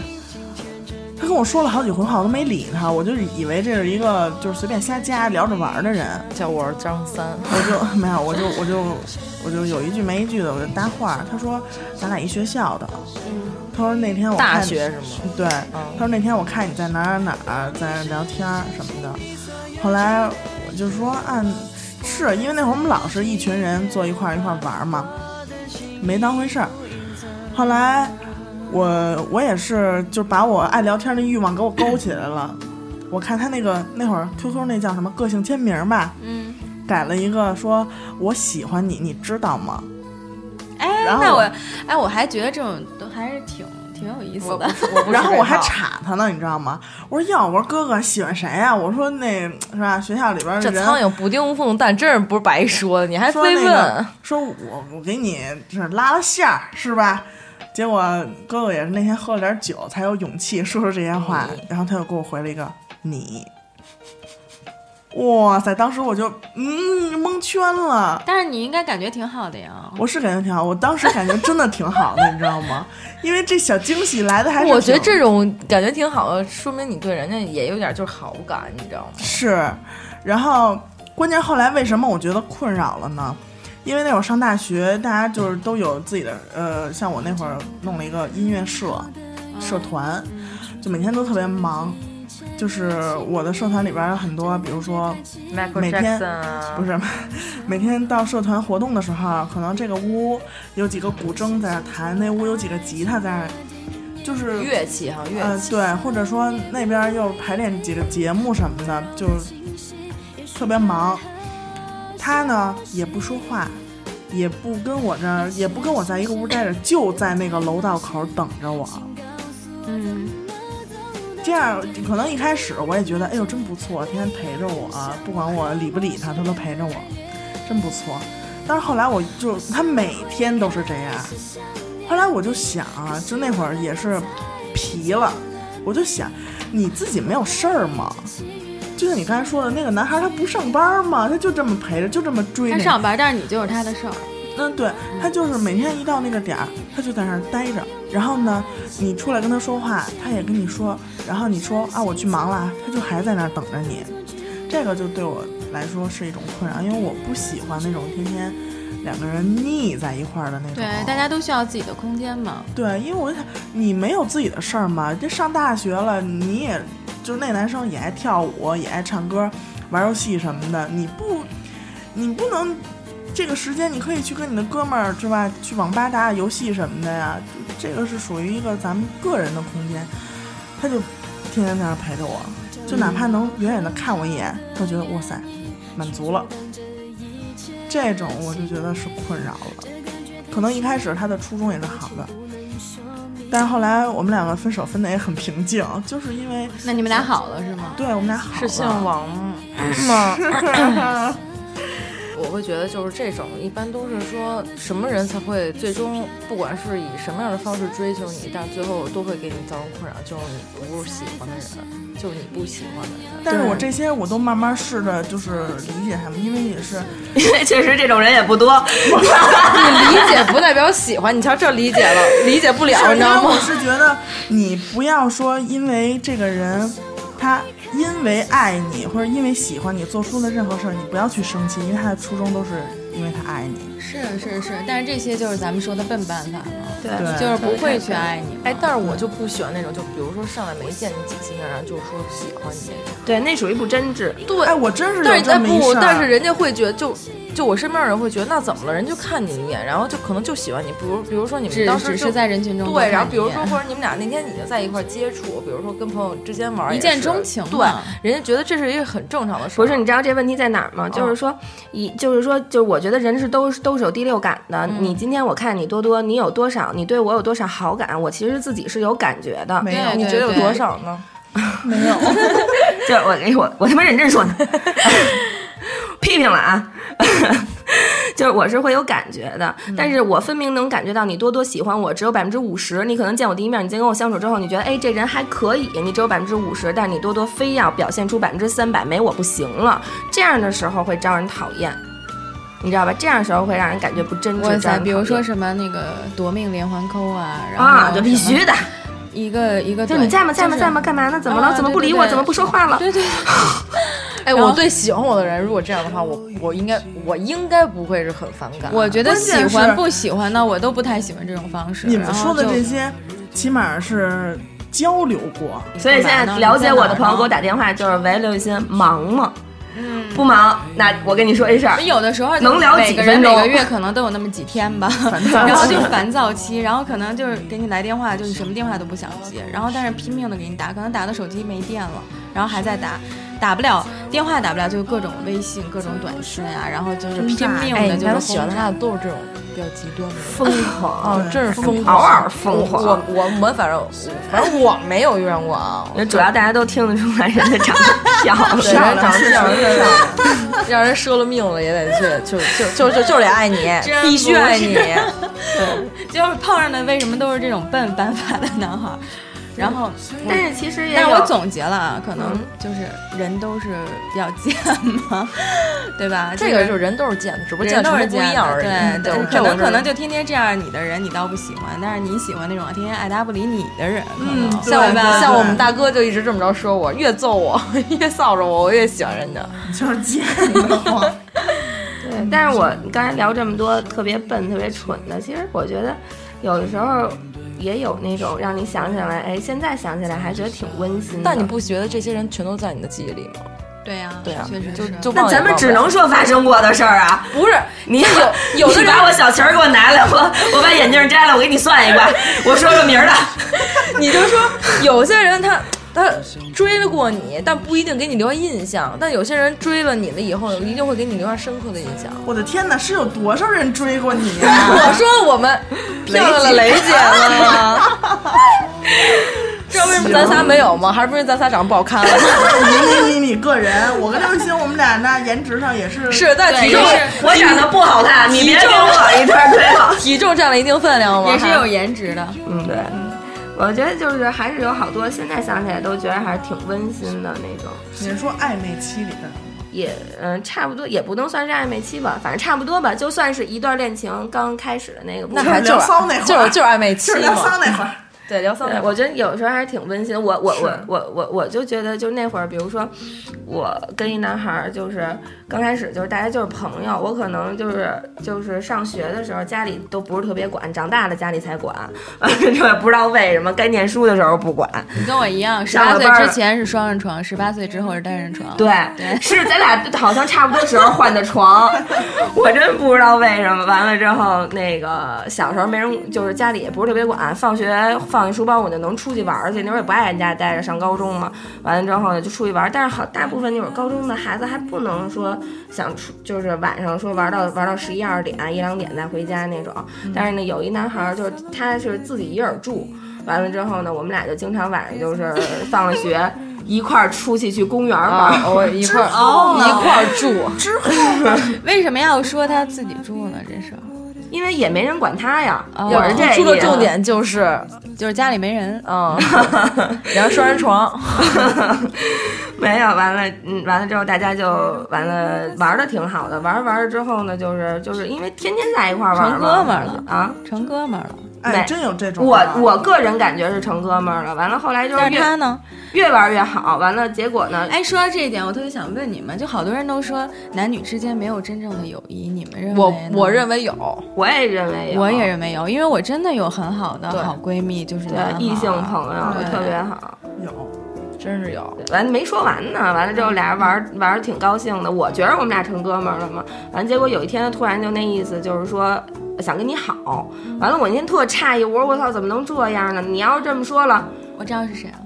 他跟我说了好几回话，我都没理他，我就以为这是一个就是随便瞎加聊着玩儿的人， 叫我是张三，我就没有，我就我就我就有一句没一句的，我就搭话儿。他说咱俩一学校的，他说那天我大看学是吗？对，他说那天我看你在哪儿哪儿哪儿在聊天儿什么的，后来我就说按是因为那会儿我们老是一群人坐一块儿一块儿玩儿嘛，没当回事儿。后来我我也是就把我爱聊天的欲望给我勾起来 了。我看他那个那会儿 QQ 那叫什么个性签名吧，嗯，改了一个说我喜欢你，你知道吗？哎，然后那我我哎，我还觉得这种都还是挺挺有意思我的不。是我不是然后我还这套查他呢，你知道吗？我说哟，我说哥哥喜欢谁呀、我说那是吧，学校里边儿这人苍蝇不叮缝蛋，真是不是白说的，你还说非那哎问个。说我我给你就是拉了线儿是吧？结果哥哥也是那天喝了点酒，才有勇气说出这些话，嗯然后他又给我回了一个你。哇塞！当时我就嗯蒙圈了， 但是你应该感觉挺好的呀。我是感觉挺好，我当时感觉真的挺好的，你知道吗？因为这小惊喜来的还是我觉得挺这种感觉挺好的，说明你对人家也有点就是好感，你知道吗？是，然后关键后来为什么我觉得困扰了呢？因为那会儿上大学，大家就是都有自己的呃，像我那会儿弄了一个音乐社社团，就每天都特别忙。就是我的社团里边儿有很多，比如说每天不是， 每天到社团活动的时候，可能这个屋有几个古筝在那儿弹，那屋有几个吉他在那儿，就是乐器哈，乐嗯，器。对，或者说那边儿又排练几个节目什么的，就特别忙。他呢也不说话，也不跟我这儿，也不跟我在一个屋待着，就在那个楼道口等着我。嗯，这样可能一开始我也觉得，哎呦真不错，天天陪着我，啊不管我理不理他，他都陪着我，真不错。但是后来我就他每天都是这样，后来我就想啊，就那会儿也是皮了，我就想你自己没有事儿吗？就像你刚才说的那个男孩，他不上班吗？他就这么陪着，就这么追他你。上班，但是你就是他的事儿。嗯，对他就是每天一到那个点儿，他就在那儿待着。然后呢，你出来跟他说话，他也跟你说。然后你说啊，我去忙了啊，他就还在那儿等着你。这个就对我来说是一种困扰，因为我不喜欢那种天天两个人腻在一块儿的那种。对，大家都需要自己的空间嘛。对，因为我就想你没有自己的事儿嘛，这上大学了，你也就那男生也爱跳舞，也爱唱歌、玩游戏什么的，你不，你不能这个时间你可以去跟你的哥们儿是吧，去网吧打打游戏什么的呀，就这个是属于一个咱们个人的空间，他就天天在那儿陪着我，就哪怕能远远的看我一眼，他觉得哇塞，满足了，这种我就觉得是困扰了。可能一开始他的初衷也是好的，但是后来我们两个分手分的也很平静，就是因为那你们俩好了是 吗？对我们俩好是姓了王吗？我会觉得就是这种，一般都是说什么人才会最终，不管是以什么样的方式追求你，但最后都会给你造成困扰，就是你不是喜欢的人，就是你不喜欢的人。但是我这些我都慢慢试着就是理解他们，因为也是因为确实这种人也不 多。 你理解不代表喜欢，你瞧这理解了，理解不了，是你因为知道吗我？是觉得你不要说因为这个人他因为爱你或者因为喜欢你做出的任何事儿，你不要去生气，因为他的初衷都是因为他爱你。是是是，但是这些就是咱们说的笨办法嘛，对对就是不会去爱你嘛。 哎，但是我就不喜欢那种，就比如说上来没见你几次面，然后就说喜欢你。对，那属于不真挚。对哎，我真是但有是哎这么一不，事儿。啊但是人家会觉得就。就我身边的人会觉得那怎么了？人就看你一眼，然后就可能就喜欢你。比如，比如说你们只当时只就是在人群中多看对，然后比如一说眼或者你们俩那天已经在一块儿接触，比如说跟朋友之间玩儿一也见是钟情对嘛，人家觉得这是一哦个很正常的事儿。不是，你知道这问题在哪儿吗？就是说，一就是说，就是我觉得人是都是都是有第六感的。嗯你今天我看你多多，你有多少，你对我有多少好感，我其实自己是有感觉的。没有对你觉得有对多少呢？ 就我哎我我他妈认真说呢， 批评了啊。就是我是会有感觉的，嗯但是我分明能感觉到你多多喜欢我，只有百分之五十。你可能见我第一面，你先跟我相处之后，你觉得哎这人还可以，你只有百分之五十，但你多多非要表现出百分之三百，没我不行了。这样的时候会招人讨厌，你知道吧？这样的时候会让人感觉不真挚。哇招人讨塞，厌比如说什么那个夺命连环扣啊，然后啊，这必须的，一个一个就短，是你在吗？在吗？就是在吗？？干嘛呢？怎么啊了？怎么不理对对我？对怎么不说话了？ 对对，哎，然我后对喜欢我的人，如果这样的话，我我应该我应该不会是很反感。啊我觉得关键喜欢是不喜欢呢，我都不太喜欢这种方式。你们然后说的就这些，起码是交流过。所以现在了解我的朋友给我在打哪儿呢电话就是喂刘雨欣忙吗？嗯不忙，那我跟你说一事儿，有的时候能聊每几个分人每钟个月可能都有那么几天吧， 然后就烦躁期，然后可能就是给你来电话，就你什么电话都不想接，然后但是拼命的给你打，可能打到手机没电了，然后还在打，打不了电话打不了，就各种微信、各种短信啊，然后就是拼命哎，的你就看是喜欢他的都是这种比较极端的人。疯狂。哦，真是疯狂，偶尔疯狂我我我我反正啊 反正我没有遇上过 啊，主要大家都听得出来，人家长得漂亮，对，人长相是让人说了命了也得去，就就就就就得爱你，必须爱你。 就是碰上的为什么都是这种笨办法的男孩儿，然后我但是其实也但是有我总结了啊，可能就是人都是比较贱嘛，对吧？这个就是人都是贱的，只不过人贱的都程是度不一贱样的而已。对我对，这嗯可我能是可能就天天这样你的人，你倒不喜欢，但是你喜欢那种天天爱答不理你的人，可能对嗯像我们像我们对大哥就一直这么着说我， 越揍我越臊着我，我越喜欢人家。就是贱的慌。对，但是我刚才聊这么多特别笨、特别蠢的，其实我觉得有的时候也有那种让你想起来，哎，现在想起来还觉得挺温馨的。但你不觉得这些人全都在你的记忆里吗？对呀，对啊确实就是就那忘也咱们忘不只了能说发生过的事儿啊！不是你 有有 的你人把我小旗儿给我拿来，我我把眼镜摘了，我给你算一卦， 我说个名儿的。你就说有些人他他追了过你，但不一定给你留下印象；但有些人追了你了以后，一定会给你留下深刻的印 象。我的天哪，是有多少人追过你呀、 我说我们漂亮的雷姐 了，知道为什么咱仨没有吗？还是因为咱仨长得不好看 了？你你你个人，我跟刘雨欣，我们俩那颜值上也是是，但体重我长得不好看，你别给体重我一段对了。体重占了一定分量吗？也是有颜值的。嗯，对，我觉得就是还是有好多，现在想起来都觉得还是挺温馨的那种。你说暧昧期里的，也嗯、差不多也不能算是暧昧期吧，反正差不多吧，就算是一段恋情刚开始的那个部那分。还就是就聊是骚那会儿就是就是暧昧期 就是聊嘛骚。那会儿，对，聊骚那对，会儿我觉得有时候还是挺温馨。我我我我我我就觉得，就那会儿，比如说我跟一男孩儿，就是刚开始就是大家就是朋友，我可能就是就是上学的时候家里都不是特别管，长大了家里才管， 这也不知道为什么，该念书的时候不管。你跟我一样，十上八了岁班儿之前是双人床，十八岁之后是单人床。对，是咱俩好像差不多时候换的床，我真不知道为什么。完了之后，那个小时候没人，就是家里也不是特别管，放学放下书包我就能出去玩儿去。那会儿也不爱在家待着，上高中嘛。完了之后呢，就出去玩儿。但是好大部分那会儿高中的孩子还不能说想出，就是晚上说玩到玩到十一二点、一两点再回家那种。但是呢，有一男孩儿就是他是自己一人儿住。完了之后呢，我们俩就经常晚上就是放了学一块儿出去去公园儿玩儿啊，我一块儿一块儿住，为什么要说他自己住呢？这是因为也没人管他呀。哦我是这意思出的重，点就是，就是家里没人，嗯，然后双人床， 没有完了，嗯，完了之后大家就完了，玩的挺好的，玩着玩着之后呢，就是就是因为天天在一块儿玩嘛，成哥们儿了啊。成哥们儿了。哎，对真有这种我啊。我个人感觉是成哥们儿了，完了后来就是但是他越呢？越玩越好，完了结果呢，哎，说到这一点，我特别想问你们，就好多人都说男女之间没有真正的友谊，你们认为我呢？我认为有，我也认为有我也认为有，因为我真的有很好的对好闺蜜，就是对男异性孩儿朋友啊对特别好，有，真是有。完了没说完呢，完了之嗯后俩人玩儿玩的挺高兴的，我觉得我们俩成哥们儿了嘛。完了结果有一天突然就那意思就是说想跟你好，嗯完了我那天特诧异，我说我操怎么能这样呢？你要是这么说了，我知道是谁了。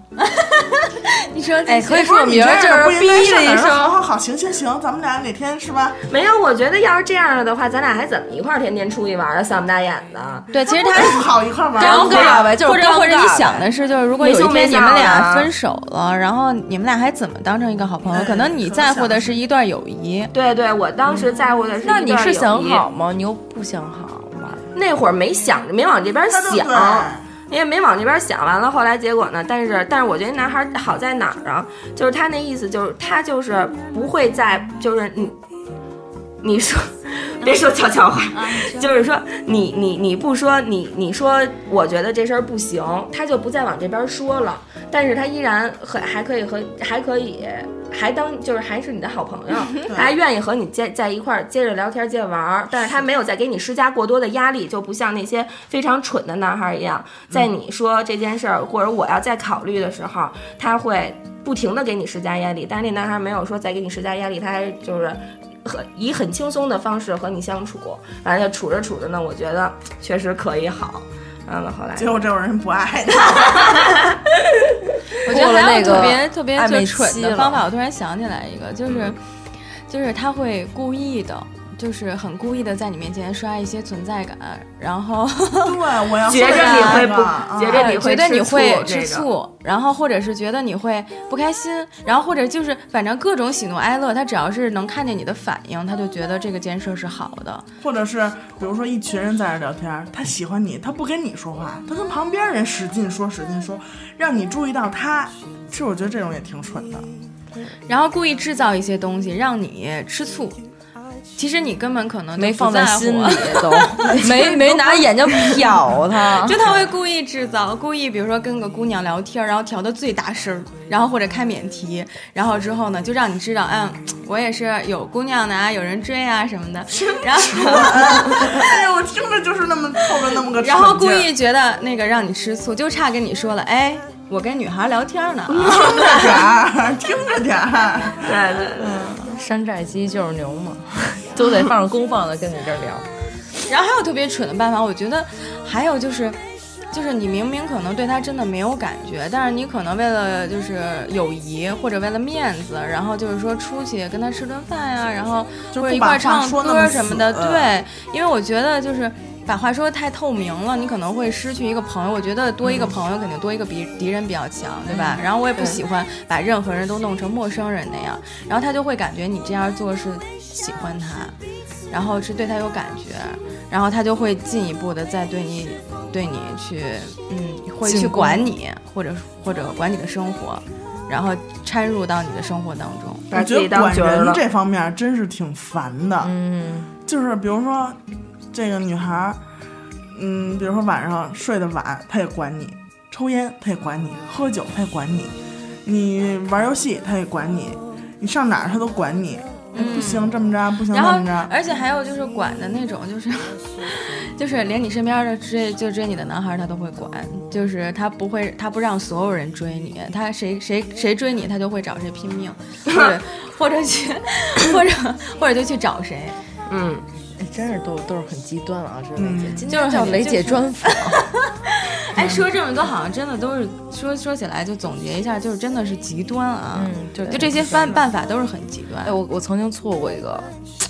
你说哎，可以说我你名这儿，样不就是应该哔上的哪一儿说好声。好好，行行行，咱们俩哪天是吧？没有，我觉得要是这样了的话，咱俩还怎么一块儿天天出去玩儿啊，嗓子大眼的？对，其实他 不好一块儿玩儿，尴尬呗，就是或者尴尬或者你呗想的是，就是如果没有一羞没天你臊们俩的分手了，然后你们俩还怎么当成一个好朋友？哎可能你可在想乎的是一段友谊。对对，我当时在乎的是嗯那一你段是想友谊好吗？你又不想好吗？那会儿没想着，没往这边他都想对，因为没往这边想。完了，后来结果呢？但是，但是我觉得男孩好在哪儿啊？就是他那意思，就是他就是不会在，就是你，你说，别说悄悄话， 就是说啊你你你不说你你说，我觉得这事儿不行，他就不再往这边说了。但是他依然和还可以和还可以还当就是还是你的好朋友，还愿意和你接在一块儿接着聊天接着玩儿。但是他没有再给你施加过多的压力，就不像那些非常蠢的男孩儿一样，在你说这件事儿或者我要再考虑的时候，他会不停的给你施加压力，但是那男孩没有说再给你施加压力，他还就是很以很轻松的方式和你相处，反正就处着处着呢，我觉得确实可以好。完了，后来结果这会儿人不爱 你，我觉得还有特别特暧别昧就期蠢的了方法，我突然想起来一个，就是就是他会故意的，就是很故意的在你面前刷一些存在感，然后对，我要觉着说你这会个不啊觉哎着你觉会得你会吃吃醋那种醋，然后或者是觉得你会不开心，然后或者就是反正各种喜怒哀乐，他只要是能看见你的反应，他就觉得这个件事是好的。或者是比如说一群人在这聊天，他喜欢你，他不跟你说话，他跟旁边人使劲说使劲说，让你注意到他。其实我觉得这种也挺蠢的， 然后故意制造一些东西让你吃醋。其实你根本可能就没啊不放在乎 心里都，没没拿眼睛瞟 他。就他会故意制造，故意比如说跟个姑娘聊天，然后调的最大声，然后或者开免提，然后之后呢就让你知道，嗯，我也是有姑娘的啊，有人追啊什么的，然后哎呦，我听着就是那么透着那么个蠢劲然儿，后故意觉得那个让你吃醋，就差跟你说了，哎，我跟女孩聊天呢 啊，听着点儿，听着点儿。对对对，山寨机就是牛嘛， 都得放着公放的跟你这儿聊。然后还有特别蠢的办法，我觉得还有就是，就是你明明可能对他真的没有感觉，但是你可能为了就是友谊或者为了面子，然后就是说出去跟他吃顿饭呀、啊然后就或不者一把话块儿唱说那么歌什么的，死嗯对，因为我觉得就是。把话说得太透明了，你可能会失去一个朋友。我觉得多一个朋友肯定多一个敌敌人比较强，对吧？嗯然后我也不喜欢把任何人都弄成陌生人那样，然后他就会感觉你这样做是喜欢他，然后是对他有感觉，然后他就会进一步的再对你对你去，嗯，会进去攻管你，或者或者管你的生活，然后掺入到你的生活当中。把我自己觉得当管角儿人了。这方面真是挺烦的，嗯，就是比如说这个女孩儿，嗯，比如说晚上睡得晚，她也管你；抽烟她也管你，喝酒她也管你，你玩游戏她也管你，你上哪儿她都管你。哎不行，这么着不行，然那后么着，，而且还有就是管的那种，就是就是连你身边的追就追你的男孩，他都会管，就是他不会，他不让所有人追你，他谁谁谁追你，他就会找谁拼命，或 者或者去，或者或者就去找谁。嗯，哎，真是都都是很极端了啊，这位姐，嗯今就是天叫很雷姐就是专访。哎，说这么多，好像真的都是说说起来就总结一下，就是真的是极端啊，嗯就就这些办办法都是很极端哎，。我我曾经错过一个，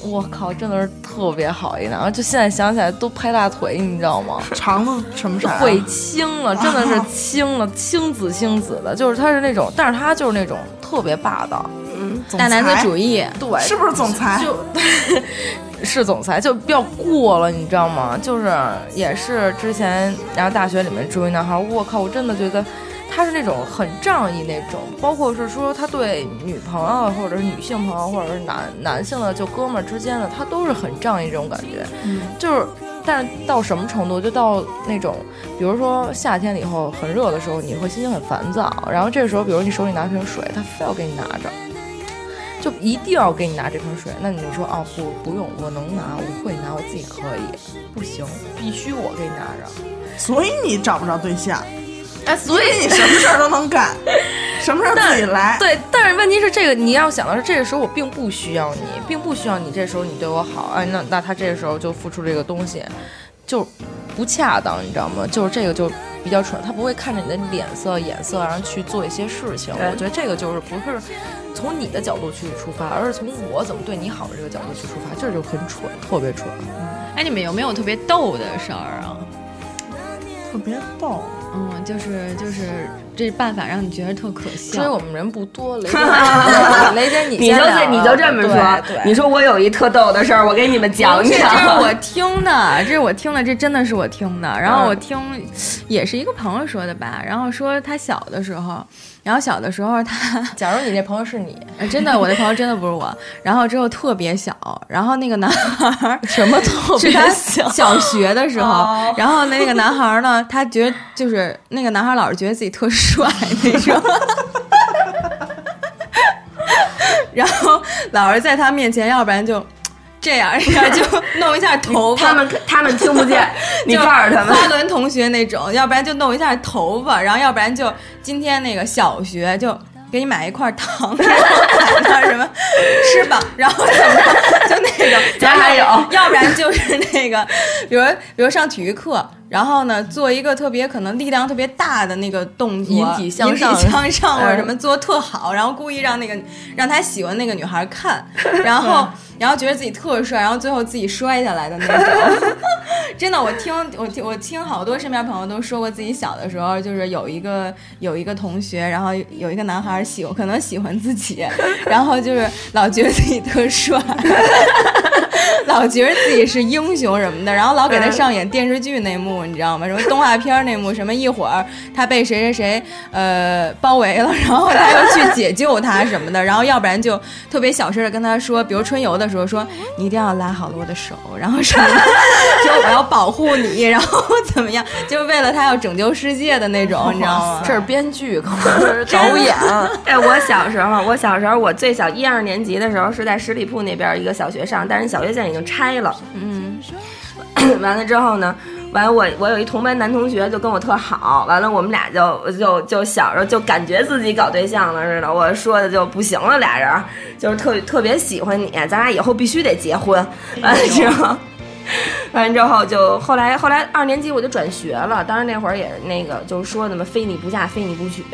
我靠，真的是特别好一男，然后就现在想起来都拍大腿，你知道吗？肠子什么色儿啊？悔青了，真的是 青了，青紫青紫的，就是他是那种，但是他就是那种特别霸道，总大男子裁主义，对，是不是总裁？ 是总裁，就比较过了，你知道吗？就是也是之前，然后大学里面追男孩，我靠，我真的觉得他是那种很仗义那种，包括是说他对女朋友啊或者是女性朋友或者是男男性的就哥们儿之间的，他都是很仗义这种感觉，嗯、就是。但是到什么程度，就到那种，比如说夏天了以后很热的时候，你会心情很烦躁，然后这时候，比如你手里拿瓶水，他非要给你拿着，就一定要给你拿这瓶水，那你就说哦不不用，我能拿，我会拿，我自己可以，不行，必须我给你拿着。所以你找不着对象，哎，所以你什么事儿都能干，什么事儿自己来。对，但是问题是这个你要想的是，这个时候我并不需要你，并不需要你这时候你对我好，哎，那那他这个时候就付出这个东西，就不恰当，你知道吗？就是这个就比较蠢，他不会看着你的脸色、眼色，然后去做一些事情。对我觉得这个就是不是从你的角度去出发，而是从我怎么对你好的这个角度去出发，这就很蠢，特别蠢。哎，你们有没有特别逗的事儿啊？特别逗，嗯，就是就是这办法让你觉得特可笑。追我们人不多，雷姐，雷姐 你你先就聊这你就这么吧说对，对你说我有一特逗的事儿，我给你们讲 这这是讲。我听的，这是我听的，这真的是我听的。然后我听，也是一个朋友说的吧。然后说他小的时候，然后小的时候他假如你这朋友是你，呃真的，我那朋友真的不是我。然后之后特别小，然后那个男孩儿什么特别小，哦小学的时候，然后那个男孩儿呢，他觉得就是那个男孩儿老是觉得自己特帅那种。 然后老是在他面前，要不然就这样，要不然就弄一下头 发，他们他们听不 见，你就告诉他们。花轮同学那种，要不然就弄一下头发，然后要不然就今天那个小学就。给你买一块糖，买点 什么吃吧，然后怎么着，就那种， 咱还有要不然就是那个， 比如比如上体育课，然后呢做一个特别可能力量特别大的那个动作，引体向上引体向上或者嗯什么做特好，然后故意让那个让他喜欢那个女孩 看，然后然后觉得自己特帅，然后最后自己摔下来的那种。 真的，我听我听我听好多身边朋友都说过，自己小的时候就是有一个有一个同学，然后有一个男孩喜欢，可能喜欢自己， 然后就是老觉得自己特帅， 老觉得自己是英雄什么的，然后老给他上演电视剧那幕，你知道吗？什么动画片那幕，什么一会儿他被谁谁谁呃包围了，然后他又去解救他什么的，然后要不然就特别小声的跟他说，比如春游的时候说你一定要拉好了我的手，然后什么的， 就我要保护你，然后怎么样，就为了他要拯救世界的那种，你知道吗？这是编剧，可能是导演， 哎，我小时候，我小时候，我最小一二年级的时候是在十里铺那边一个小学上，但是小学现在已经拆了。嗯， 完了之后呢，完了我我有一同班男同学就跟我特好，完了我们俩就就就小时候就感觉自己搞对象了似的，我说的就不行了，俩人就是特特别喜欢你，咱俩以后必须得结婚。完了之后。完了之后就后来后来二年级我就转学了，当时那会儿也那个就是说的嘛，非你不嫁，非你不娶。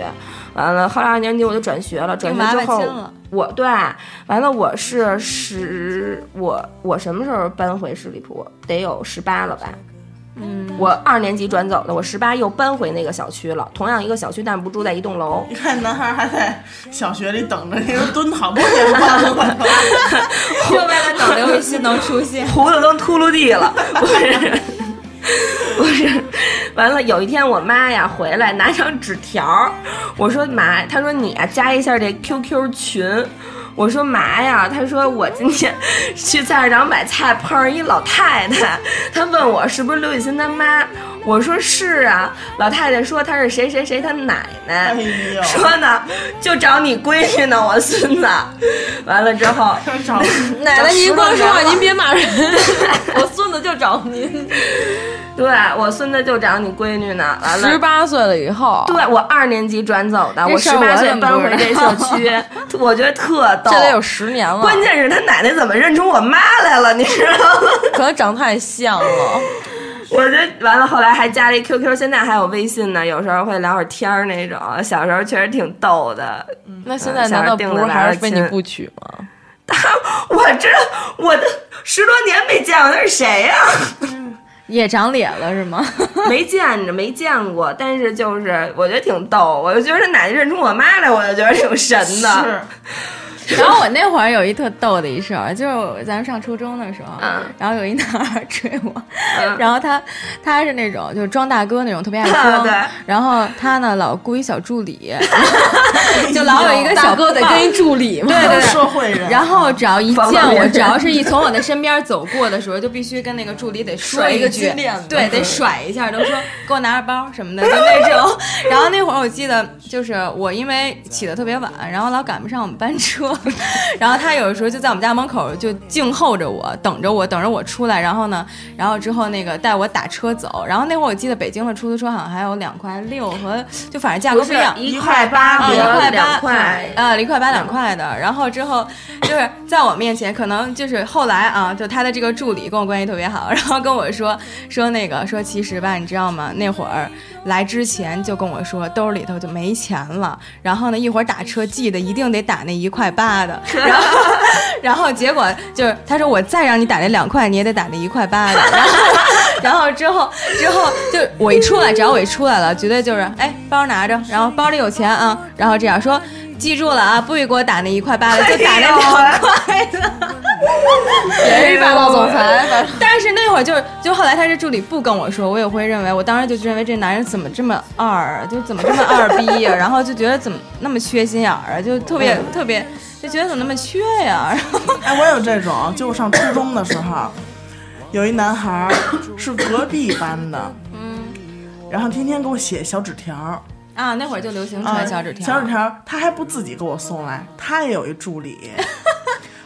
完了后来二年级我就转学了，转学之娃娃后亲了我对完了我是十我我什么时候搬回十里铺？得有十八了吧？嗯，我二年级转走的，我十八又搬回那个小区了，同样一个小区，但不住在一栋楼。你看男孩还在小学里等着，那个蹲好多年了， 我就为了等刘雨欣能出现。胡子都秃噜地了， 不是。不是，完了有一天我妈呀回来拿张纸条儿，我说妈，她说你啊加一下这 QQ 群，我说妈呀，她说我今天去菜市场买菜碰上一老太太，她问我是不是刘雨欣她妈，我说是啊，老太太说她是谁谁谁她奶奶，哎呦说呢就找你闺女呢，我孙子，完了之 后操，找奶奶您光说话十多年了您别 骂人，我孙子就找您。对我孙子就找你闺女呢，完了十。八岁了以后，对，我二年级转走的，这我事十儿八我岁怎么搬不回知这道小区， 我觉得特逗这。得有十年了，关键是他奶奶怎么认出我妈来了，你知道吗？ 可能长太像了。我觉得完了，后来还加了一 QQ，现在还有微信呢，有时候会聊会儿天儿那种。小时候确实挺逗的，那现在难道不是还是被你不娶吗？ 我知道我的十多年没见过，那是谁呀、 也长脸了是吗？没见着，没见过，但是就是我觉得挺逗，我就觉得他奶奶认出我妈来，我就觉得挺神的。是 然后我那会儿有一特逗的一事儿，就是我咱们上初中的时候，嗯然后有一男孩儿追我，嗯然后他他是那种就是装大哥那种，特别爱装，对然后他呢老雇一小助理，就老有一个哎小哥得跟 一助理嘛，对对对。社会人，然后只要一防见范我，人只要是一从我的身边走过的时候，就必须跟那个助理得说甩一一个句金链子，对，得甩一下，都说给我拿着包什么的，就那种。然后那会儿我记得，就是我因为起得特别晚，然后老赶不上我们班车， 然后他有的时候就在我们家门口就静候着我，等着我，等着我出来。然后呢，然后之后那个带我打车走。然后那会儿我记得北京的出租车好像还有两块六和，就反正价格不不是一样，嗯一块八啊，和一块八两块，啊，一块八两块的。然后之后就是在我面前，可能就是后来啊，就他的这个助理跟我关系特别好，然后跟我说说那个说其实吧，你知道吗？那会儿来之前就跟我说兜里头就没钱了，然后呢一会儿打车记得一定得打那一块八的，然后然后结果就是他说我再让你打那两块，你也得打那一块八的， 然后。然后之后之后就我一出来，只要我一出来了，绝对就是哎包拿着，然后包里有钱啊，然哎后这样说，记住了啊，不许给我打那一块八的，就打那两块的。哎别是霸道总裁。 但是那会儿就是，就后来他是助理不跟我说，我也会认为，我当时就认为这男人怎么这么二啊，就怎么这么二逼啊，然后就觉得怎么那么缺心眼儿啊，就特别特别，就觉得怎么那么缺呀、然后 哎，我有这种，就我上初中的时候，有一男孩儿是隔壁班的，嗯，然后天天给我写小纸条儿，啊，那会儿就流行啊传小纸条，小纸条儿，他还不自己给我送来，他也有一助理。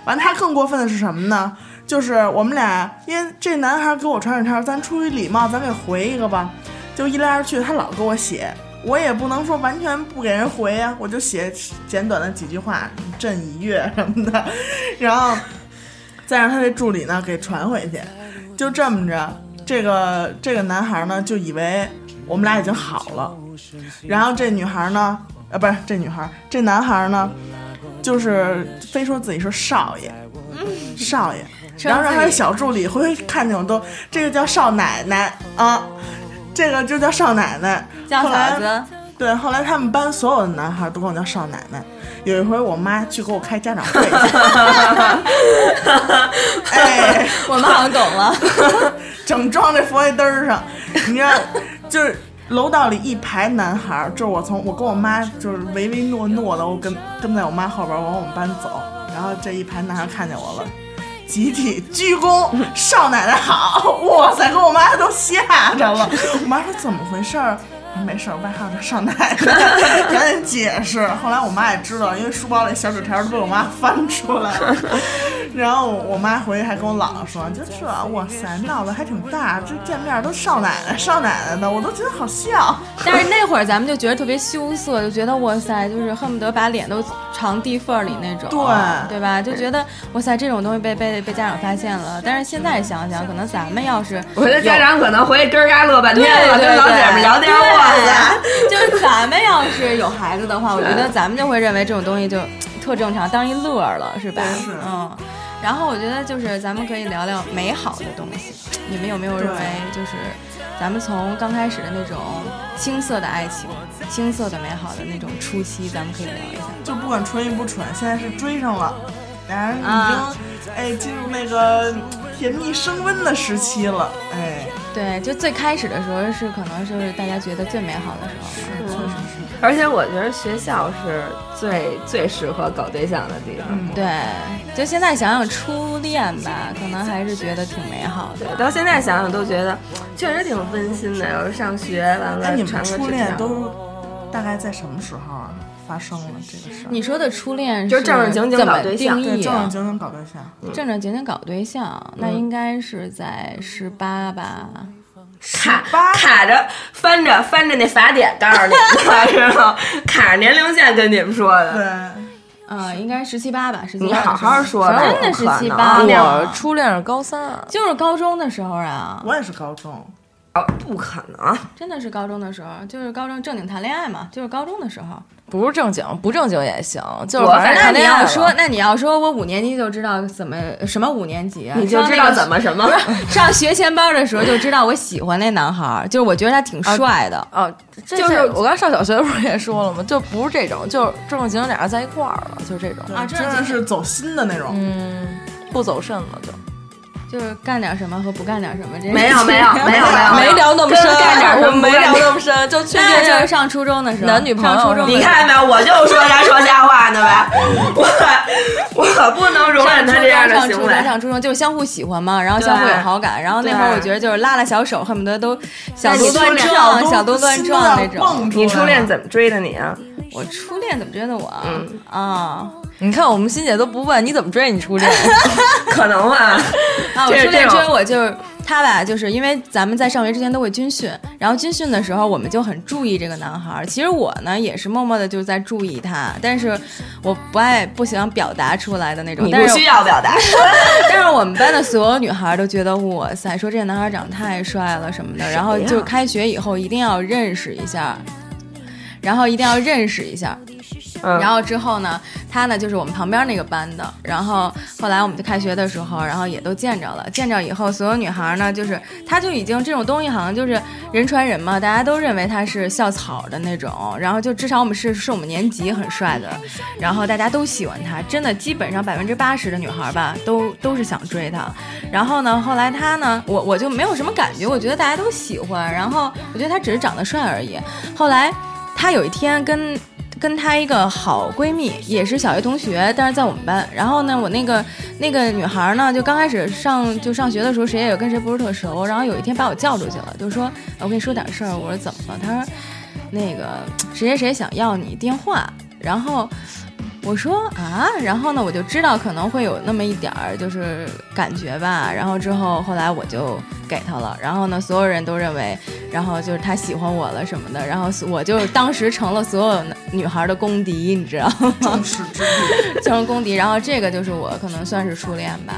完，他更过分的是什么呢？就是我们俩，因为这男孩给我传纸条儿，咱出于礼貌，咱给回一个吧。就一来二去，他老给我写，我也不能说完全不给人回呀、我就写简短的几句话，朕已阅什么的， 然后再让他这助理呢给传回去。就这么着，这个这个男孩呢就以为我们俩已经好了，然后这女孩呢，呃，不是这女孩，这男孩呢，就是非说自己是少爷，少爷，然后让他的小助理回去看见我都，这个叫少奶奶啊，这个就叫少奶奶，叫后来嫂子。对，后来他们班所有的男孩都管我叫少奶奶。有一回，我妈去给我开家长 会去，哎，我们好像懂了， 整装这佛爷嘚儿上，你知道，就是楼道里一排男孩儿，就是我从我跟我妈就是唯唯诺诺的，我跟跟在我妈后边儿往我们班走，然后这一排男孩儿看见我了。集体鞠躬，少奶奶好！哇塞，给我妈都吓着了。我妈说怎么回事儿？我说没事儿，外号叫少奶奶， 赶紧解释。后来我妈也知道，因为书包里小纸条都被我妈翻出来了。然后我妈回去还跟我姥姥说，就这，哇塞，闹得还挺大，这见面都少奶奶少奶奶的，我都觉得好笑。 但是那会儿咱们就觉得特别羞涩，就觉得哇塞，就是恨不得把脸都藏地缝儿里那种，对对吧？就觉得哇塞，这种东西被被被家长发现了。但是现在想想，可能咱们要是我觉得家长可能回去咯嘎乐半对天了，对跟老姐们聊天，哇塞，对 就是咱们要是有孩子的话，我觉得咱们就会认为这种东西就特正常，当一乐儿了，是吧？是嗯。然后我觉得就是咱们可以聊聊美好的东西，你们有没有认为就是咱们从刚开始的那种青涩的爱情、青涩的美好的那种初期，咱们可以聊一下。就不管纯与不纯，现在是追上了，俩人已经、啊哎进入那个甜蜜升温的时期了，哎。对，就最开始的时候是可能就是大家觉得最美好的时候，是 而且我觉得学校是最最适合搞对象的地方。对，就现在想想初恋吧，可能还是觉得挺美好的。对，到现在想想都觉得确实挺温馨的。有时上学完那了，哎你传们个初纸恋条都哦大概在什么时候啊发生了这个事儿？你说的初恋就是正儿经经怎搞么对象定对义正啊儿经经搞对象，正正经经搞对象，那应该是在十八吧？卡卡着翻着翻着那法典，告诉你 们，知道吗？卡着年龄线跟你们说的。对，嗯，应该十七八吧，十七你八。好好说，真的那有是可七能八那我初恋是高三，啊就是高中的时候啊，我也是高中，哦不可能，真的是高中的时候，就是高中正经谈恋爱嘛，就是高中的时候。不是正经，不正经也行，就是我反正那哎谈你恋爱要了说，那你要说我五年级就知道怎么什么五年级啊，你就上知那道个怎么什么不。是 上学前班的时候就知道我喜欢那男孩儿，就是我觉得他挺帅的。啊，就是我刚上小学的时候也说了嘛，就不是这种，就是正正经经俩人在一块儿了，就这种，啊这真的是走心的那种。嗯，不走肾了就。就是干点什么和不干点什么 这没有没有没有有没聊那么深，跟干 点什么我没不干聊点那么深，就确那定就是上初中的时候，男女朋友上初中的你看见没有？我就说他说瞎话呢 吧，我我不能容忍上初他中这样的上初行中为。上初中就是相互喜欢嘛，然后相互有好感，然后那会儿我觉得就是拉拉小手，恨不得都小那鹿你乱初恋撞，小鹿乱撞那种。你初恋怎么追的你啊？我初恋怎么追的我啊？你看我们欣姐都不问你怎么追你初恋，可能吧？ 啊，我这初恋这种追我就是他吧，就是因为咱们在上学之前都会军训，然后军训的时候我们就很注意这个男孩儿。其实我呢也是默默的就在注意他，但是我不爱不想表达出来的那种。你不但是需要表达。但是我们班的所有女孩都觉得，哇塞，说这男孩长太帅了什么的，然后就开学以后一定要认识一下，然后一定要认识一下。 嗯然后之后呢，他呢就是我们旁边那个班的，然后后来我们就开学的时候，然后也都见着了。见着以后，所有女孩呢，就是她就已经这种东西好像就是人传人嘛，大家都认为他是校草的那种，然后就至少我们是是我们年级很帅的，然后大家都喜欢他，真的基本上百分之八十的女孩吧，都都是想追他。然后呢，后来他呢，我我就没有什么感觉，我觉得大家都喜欢，然后我觉得他只是长得帅而已。后来她有一天跟跟她一个好闺蜜，也是小学同学，但是在我们班。然后呢，我那个那个女孩呢，就刚开始上就上学的时候，谁也跟谁不是特熟。然后有一天把我叫出去了，就说：“我跟你说点事儿。”我说：“怎么了？”她说：“那个谁谁谁想要你电话。”然后我说啊，然后呢，我就知道可能会有那么一点儿就是感觉吧。然后之后后来我就给他了，然后呢，所有人都认为，然后就是他喜欢我了什么的，然后我就当时成了所有男女孩的公敌，你知道吗？ 众矢之的。成了公敌。然后这个就是我可能算是初恋吧，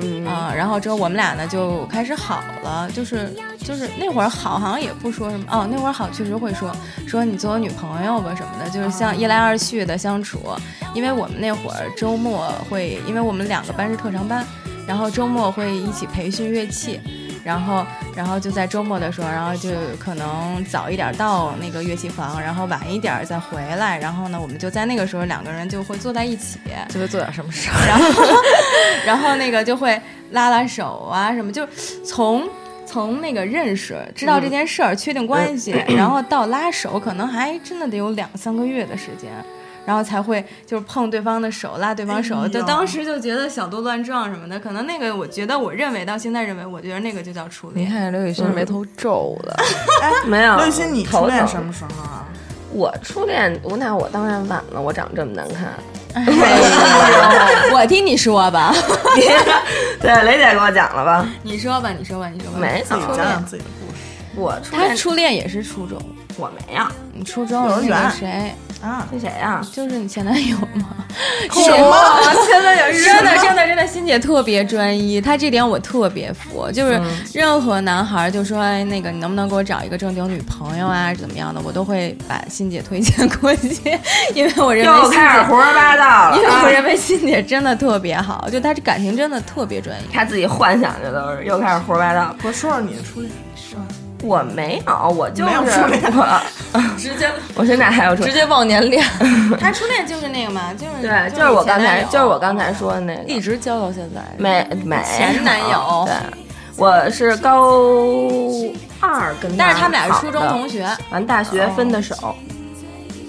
嗯啊、然后之后我们俩呢就开始好了，就是就是那会儿好好像也不说什么哦，那会儿好确实会说说你做我女朋友吧什么的，就是哦像一来二去的相处，因为我们那会儿周末会，因为我们两个班是特长班，然后周末会一起培训乐器。然后，然后就在周末的时候，然后就可能早一点到那个乐器房，然后晚一点再回来。然后呢，我们就在那个时候两个人就会坐在一起，就会做点什么事儿。然后 然后那个就会拉拉手啊什么，就从从那个认识知嗯道这件事儿、确定关系，然后到拉手，可能还真的得有两三个月的时间。然后才会就是碰对方的手，拉对方手，哎呦就当时就觉得小鹿乱撞什么的，可能那个我觉得我认为到现在认为，我觉得那个就叫初嗯你恋。看刘雨欣眉头皱的，没有。哎刘雨欣，你初恋头疼什么时候啊？我初恋，我那我当然晚了，我长这么难看。哎我听你说 吧， 对，雷姐给我讲了吧？你说吧，你说吧，你说吧。没自怎己么讲，讲自己的故事我初他恋初恋也是初中，我没有，你初中幼儿那个园谁，啊。那谁呀？就是你前男友 吗？什么？现在有真的，真的，真的，欣姐特别专一，她这点我特别服。就是嗯任何男孩就说、哎、那个你能不能给我找一个正经女朋友啊，怎么样的，我都会把欣姐推荐过去，因为我认为又欣开始姐，胡说八道了。因为啊我认为欣姐真的特别好，就她这感情真的特别专一。他自己幻想去都是又开始胡说八道。我说说你的初恋，是吧我没有，我就是没有初恋我， 直接我现在还有初直恋。接忘年 恋，她初恋就是那个嘛，就是对，就是我刚才，你前男友就是我刚才说的那一个，直交到现在。没没前男友对，我是高二跟，但是他们俩是初中同，学，哦完大学分的手。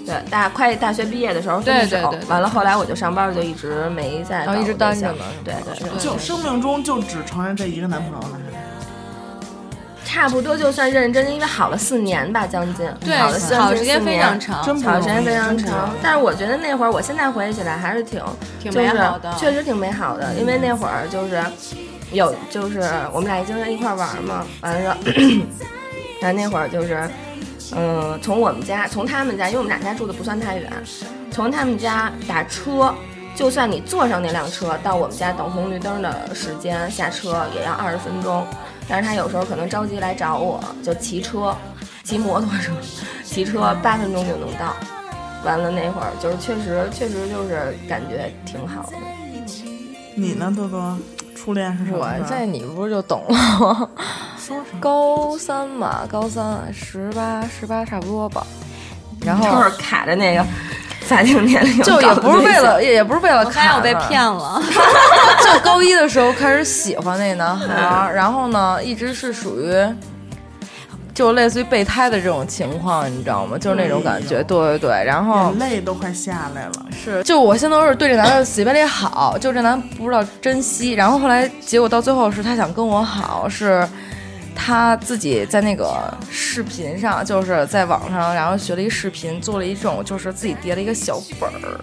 对，大快大学毕业的时候分的手，对对对对哦完了后来我就上班就一直没再然后一直搞过单着对呢象对对对，就生命中就只承认这一个男朋友了。差不多就算认认真真，因为好了四年吧，将近对，好了将好近时间四非年常长，真不好容易时间非常真不容长易，但是我觉得那会儿，我现在回忆起来还是挺挺就美是好的。嗯确实挺美好的，因为那会儿就是有就是我们俩经常一块儿玩嘛，完了， 然后那会儿就是，嗯、从我们家从他们家，因为我们俩家住的不算太远，从他们家打车。就算你坐上那辆车到我们家等红绿灯的时间下车也要二十分钟，但是他有时候可能着急来找我，就骑车，骑摩托车，骑车八分钟就能到。完了那会儿就是确实确实就是感觉挺好的。你呢，豆豆？初恋是什么我时候？这你不是就懂了吗？说什么？高三嘛，高三十八十八差不多吧。然后就是卡着那个 法定年龄，哦就也不是为了，也也不是为了我发现看啊我被骗。了， 就高一的时候开始喜欢那男孩儿，然后呢，一直是属于。就类似于备胎的这种情况，你知道吗？就是那种感觉，对对对。然后眼泪都快下来了。是，就我现在都是对这男的死皮赖脸好，就这男的不知道珍惜。然后后来结果到最后是他想跟我好，是他自己在那个视频上，就是在网上，然后学了一视频，做了一种就是自己叠了一个小本儿，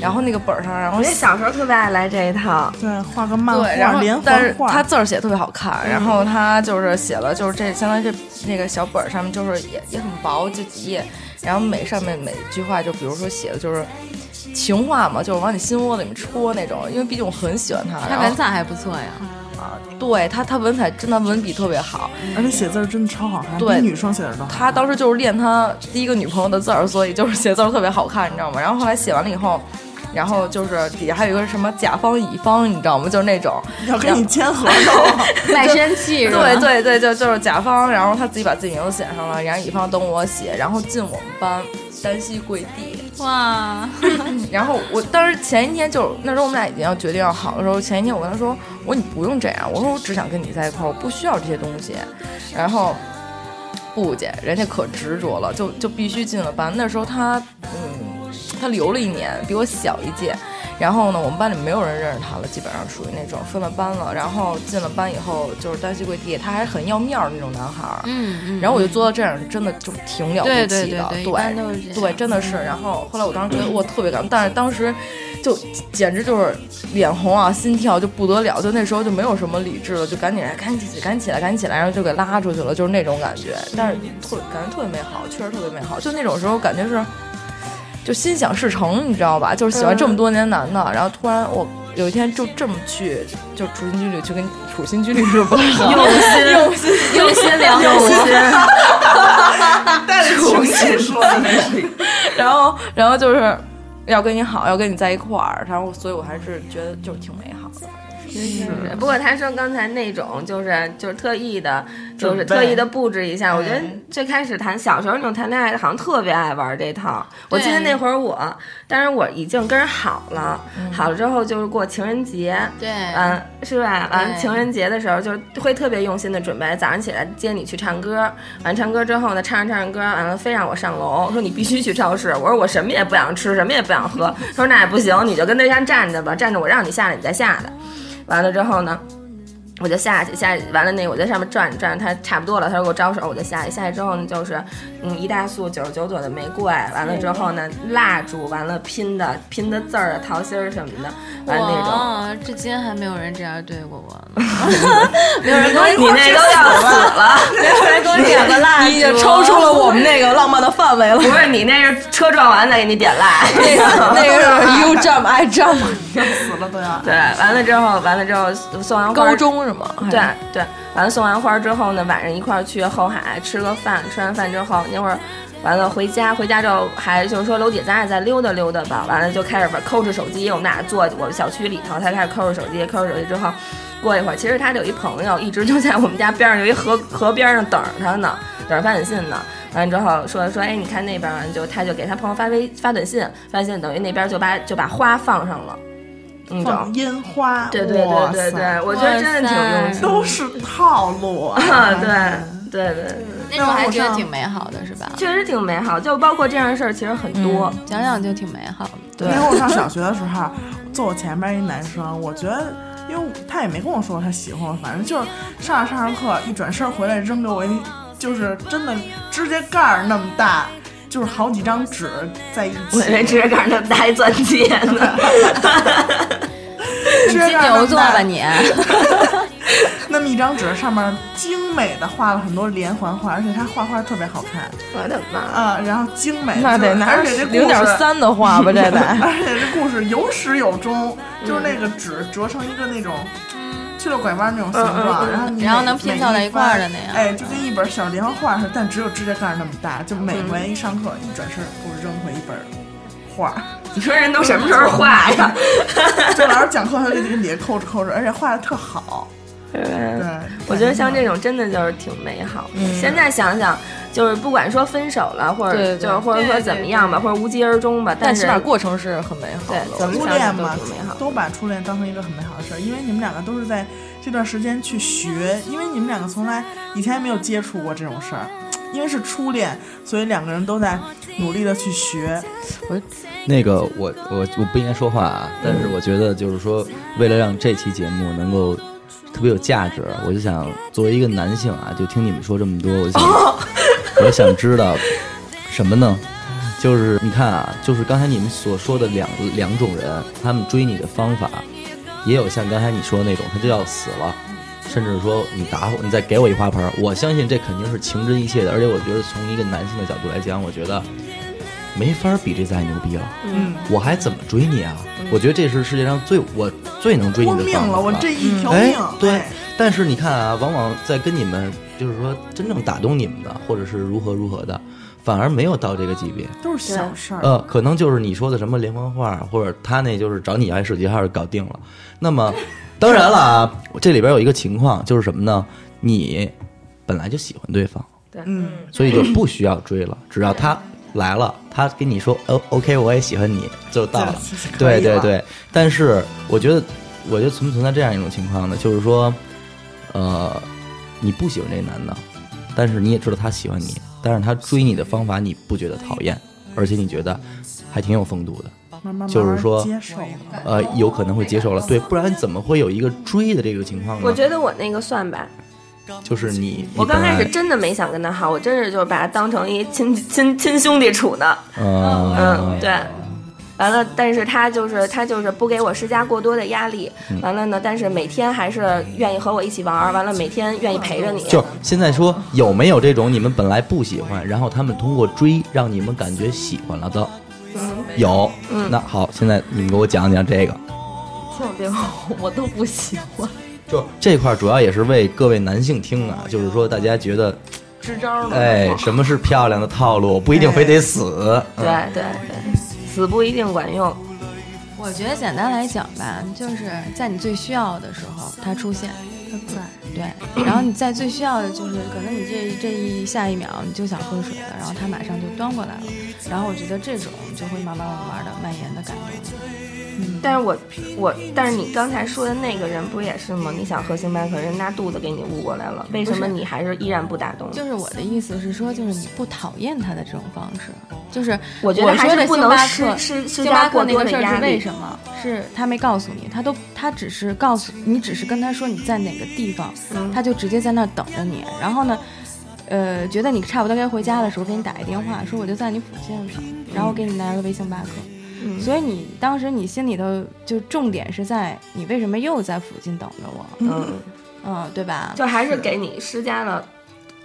然后那个本儿上，然后嗯我小时候特别爱来这一 套，对，画个漫对，然画后连但是环画。嗯他字儿写得特别好看，然后他就是写了，就是这相当于这那个小本儿上面就是也也很薄，就几页，然后每上面每句话就比如说写的就是情话嘛，就是往你心窝里面戳那种，因为毕竟我很喜欢他，她然文后采还不错呀。好，对他，他文采真的文笔特别好。而且写字儿真的超好看，比对女生写的都好看。他当时就是练他第一个女朋友的字儿，所以就是写字儿特别好看，你知道吗？然后后来写完了以后，然后就是底下还有一个什么甲方乙方，你知道吗？就是那种要跟你签合同， 卖身契是吧？对对对，就就是甲方，然后他自己把自己名字写上了，然后乙方等我写，然后进我们班，单膝跪地。哇，然后我当时前一天就那时候我们俩已经要决定要好的时候，前一天我跟他说，我说你不用这样，我说我只想跟你在一块儿，我不需要这些东西。然后不姐，人家可执着了，就就必须进了班。那时候他嗯，他留了一年，比我小一届。然后呢，我们班里没有人认识他了，基本上属于那种分了班了。然后进了班以后，就是单膝跪地，他还是很要面儿的那种男孩儿。嗯嗯，然后我就做到这样，真的就挺了不对对起的，对对对一般都是这样对真的是。然后后来我当时觉得我特别感动，但是当时就简直就是脸红啊，心跳就不得了，就那时候就没有什么理智了，就赶紧来，赶紧起来，赶紧起来，赶紧起来，然后就给拉出去了，就是那种感觉。但是特感觉特别美好，确实特别美好，就那种时候感觉是就心想事成，你知道吧？就是喜欢嗯这么多年男的，然后突然我。有一天就这么去，就处心积虑去跟处心积虑是 不太好，用心用心用心 良苦，带着情绪说 的那是。然后，然后就是要跟你好，要跟你在一块儿，然后，所以我还是觉得就是挺美好的。 不过他说刚才那种就是就是特意的，就是准备特意的布置一下。我觉得最开始谈小时候那种谈恋爱，好像特别爱玩这套。我记得那会儿我，当然我已经跟人好了，嗯好了之后就是过情人节，对，嗯，是吧？完对情人节的时候，就是会特别用心的准备，早上起来接你去唱歌，完唱歌之后呢，唱着唱着歌，完了非让我上楼，说你必须去超市。我说我什么也不想吃，什么也不想喝。他说那也不行，你就跟对象站着吧，站着我让你下来，你再下来。完了之后呢？我就下去，下去完了那我在上面转转，他差不多了，他说给我招手，我就下去。下去之后呢，就是嗯一大束九十九朵的玫瑰，完了之后呢蜡烛，完了拼的拼的字儿啊桃心儿什么的，完了那种。哇，至今还没有人这样对过我呢。没有人跟你那都要死了，没有人给我点个蜡烛， 你已经超出了我们那 个浪漫的范围了。不是你那是车撞完再给你点蜡。那个那个是 You Jump I Jump，死了都要。对，完了之后，完了之后送完花高中是吗？还是对哎对，完了送完花之后呢，晚上一块儿去后海吃个饭，吃完饭之后那会儿。完了回家，回家之后还就是说楼底咱俩再溜达溜达吧。完了就开始玩抠着手机，我们俩坐我们小区里头，他开始抠着手机，抠着手机之后，过一会儿，其实他有一朋友一直就在我们家边上有一河河边上等着他呢，等着发短信呢。完了之后说说，哎，你看那边儿，完了就他就给他朋友发微发短信，发短信等于那边就把就把花放上了，你懂？放烟花，对对哇对对塞对，我觉得真的挺用心。都是套路啊！ 啊，对对对，啊那种还觉得挺美好的，是吧？确实挺美好，就包括这样的事儿其实很多。嗯想想就挺美好的。那会儿我上小学的时候，坐我前面一男生，我觉得。因为他也没跟我说他喜欢我，反正就是上着上着课，一转身回来扔给我一，就是真的指甲盖儿那么大，就是好几张纸在一我起。以为指甲盖儿那么大一钻戒 呢，指甲金盖儿那牛么座大吧你， 那么一张纸上面精美的画了很多连环画，而且他画画特别好看我的妈！啊、然后精美，那得就是拿而且这故事 零点三的话 吧，这得。 而且这故事有始有终，就是那个纸折成一个那种曲了拐弯那种形嗯状，然后你然后能每拼凑在一块儿的那每样一翻哎，就跟一本小连环画似的，但只有指甲盖儿那么大。就每嗯回一上课一转身给我扔回一本画儿， 你说人都什么时候画呀？ 就老师讲课他就给底下扣着扣着，而且画的特好。对，我觉得像这种真的就是挺美好的。现在想想，就是不管说分手了，或嗯对者对对就是或者说怎么样吧，或者无疾而终吧，但是起码过程是很美好对的。怎么初想恋想嘛都挺美好，的。都把初恋当成一个很美好的事儿，因为你们两个都是在这段时间去学，因为你们两个从来以前没有接触过这种事儿，因为是初恋，所以两个人都在努力的去学。那个我我我不应该说话啊，但是我觉得就是说，为了让这期节目能够特别有价值，我就想作为一个男性啊，就听你们说这么多，我想、 我想知道什么呢？就是你看啊，就是刚才你们所说的两两种人，他们追你的方法，也有像刚才你说的那种，他就要死了。甚至说你打我，你再给我一花盆儿，我相信这肯定是情真意切的。而且我觉得从一个男性的角度来讲，我觉得没法儿比这再牛逼了。嗯，我还怎么追你啊？我觉得这是世界上最我最能追你豁的命方法了，我这一条哎命，，对哎，但是你看啊，往往在跟你们就是说真正打动你们的，或者是如何如何的，反而没有到这个级别。都是小事儿。呃，可能就是你说的什么连环画，或者他那就是找你要一手机号就搞定了。那么，当然了啊，这里边有一个情况就是什么呢？你本来就喜欢对方，嗯，所以就不需要追了，只要他来了，他跟你说哦，OK，我也喜欢你，就到呃了。可对以对了，对，但是我觉得，我觉得存不存在这样一种情况呢？就是说，呃，你不喜欢这男的，但是你也知道他喜欢你，但是他追你的方法你不觉得讨厌，而且你觉得还挺有风度的。慢慢慢慢就是说接受了呃，有可能会接受了，对，不然怎么会有一个追的这个情况呢？我觉得我那个算吧，就是你，我你本刚开来始，真的没想跟他好，我真是就把他当成一亲亲亲兄弟处呢。嗯嗯，，对。完了，但是他就是他就是不给我施加过多的压力。完了呢，但是每天还是愿意和我一起玩儿。完了，每天愿意陪着你。就是现在说有没有这种你们本来不喜欢，然后他们通过追让你们感觉喜欢了的？嗯有，那好，现在你们给我讲讲这个。这种电话我都不喜欢，就这块儿主要也是为各位男性听啊，就是说大家觉得，支招呢。哎，什么是漂亮的套路，不一定非 得死。嗯对对对，死不一定管用。我觉得简单来讲吧，就是在你最需要的时候他出现，他在对，然后你在最需要的就是可能你这这一下一秒你就想喝水了，然后他马上就端过来了，然后我觉得这种就会慢慢慢慢的蔓延的感动。但是我我，但是你刚才说的那个人不也是吗？你想喝星巴克，人拿肚子给你捂过来了，为什么你还是依然不打动？就是我的意思是说，就是你不讨厌他的这种方式，就是我觉得还说是的不星能巴施克施施星巴加过克那多个的事儿压是为力。什么？是他没告诉你，他都他只是告诉你，只是跟他说你在哪个地方，嗯他就直接在那儿等着你。然后呢，呃，觉得你差不多该回家的时候，给你打一电话，说我就在你附近呢，然后给你来了杯星巴克。嗯所以你当时你心里头就重点是在你为什么又在附近等着我，嗯，嗯，对吧？就还是给你施加了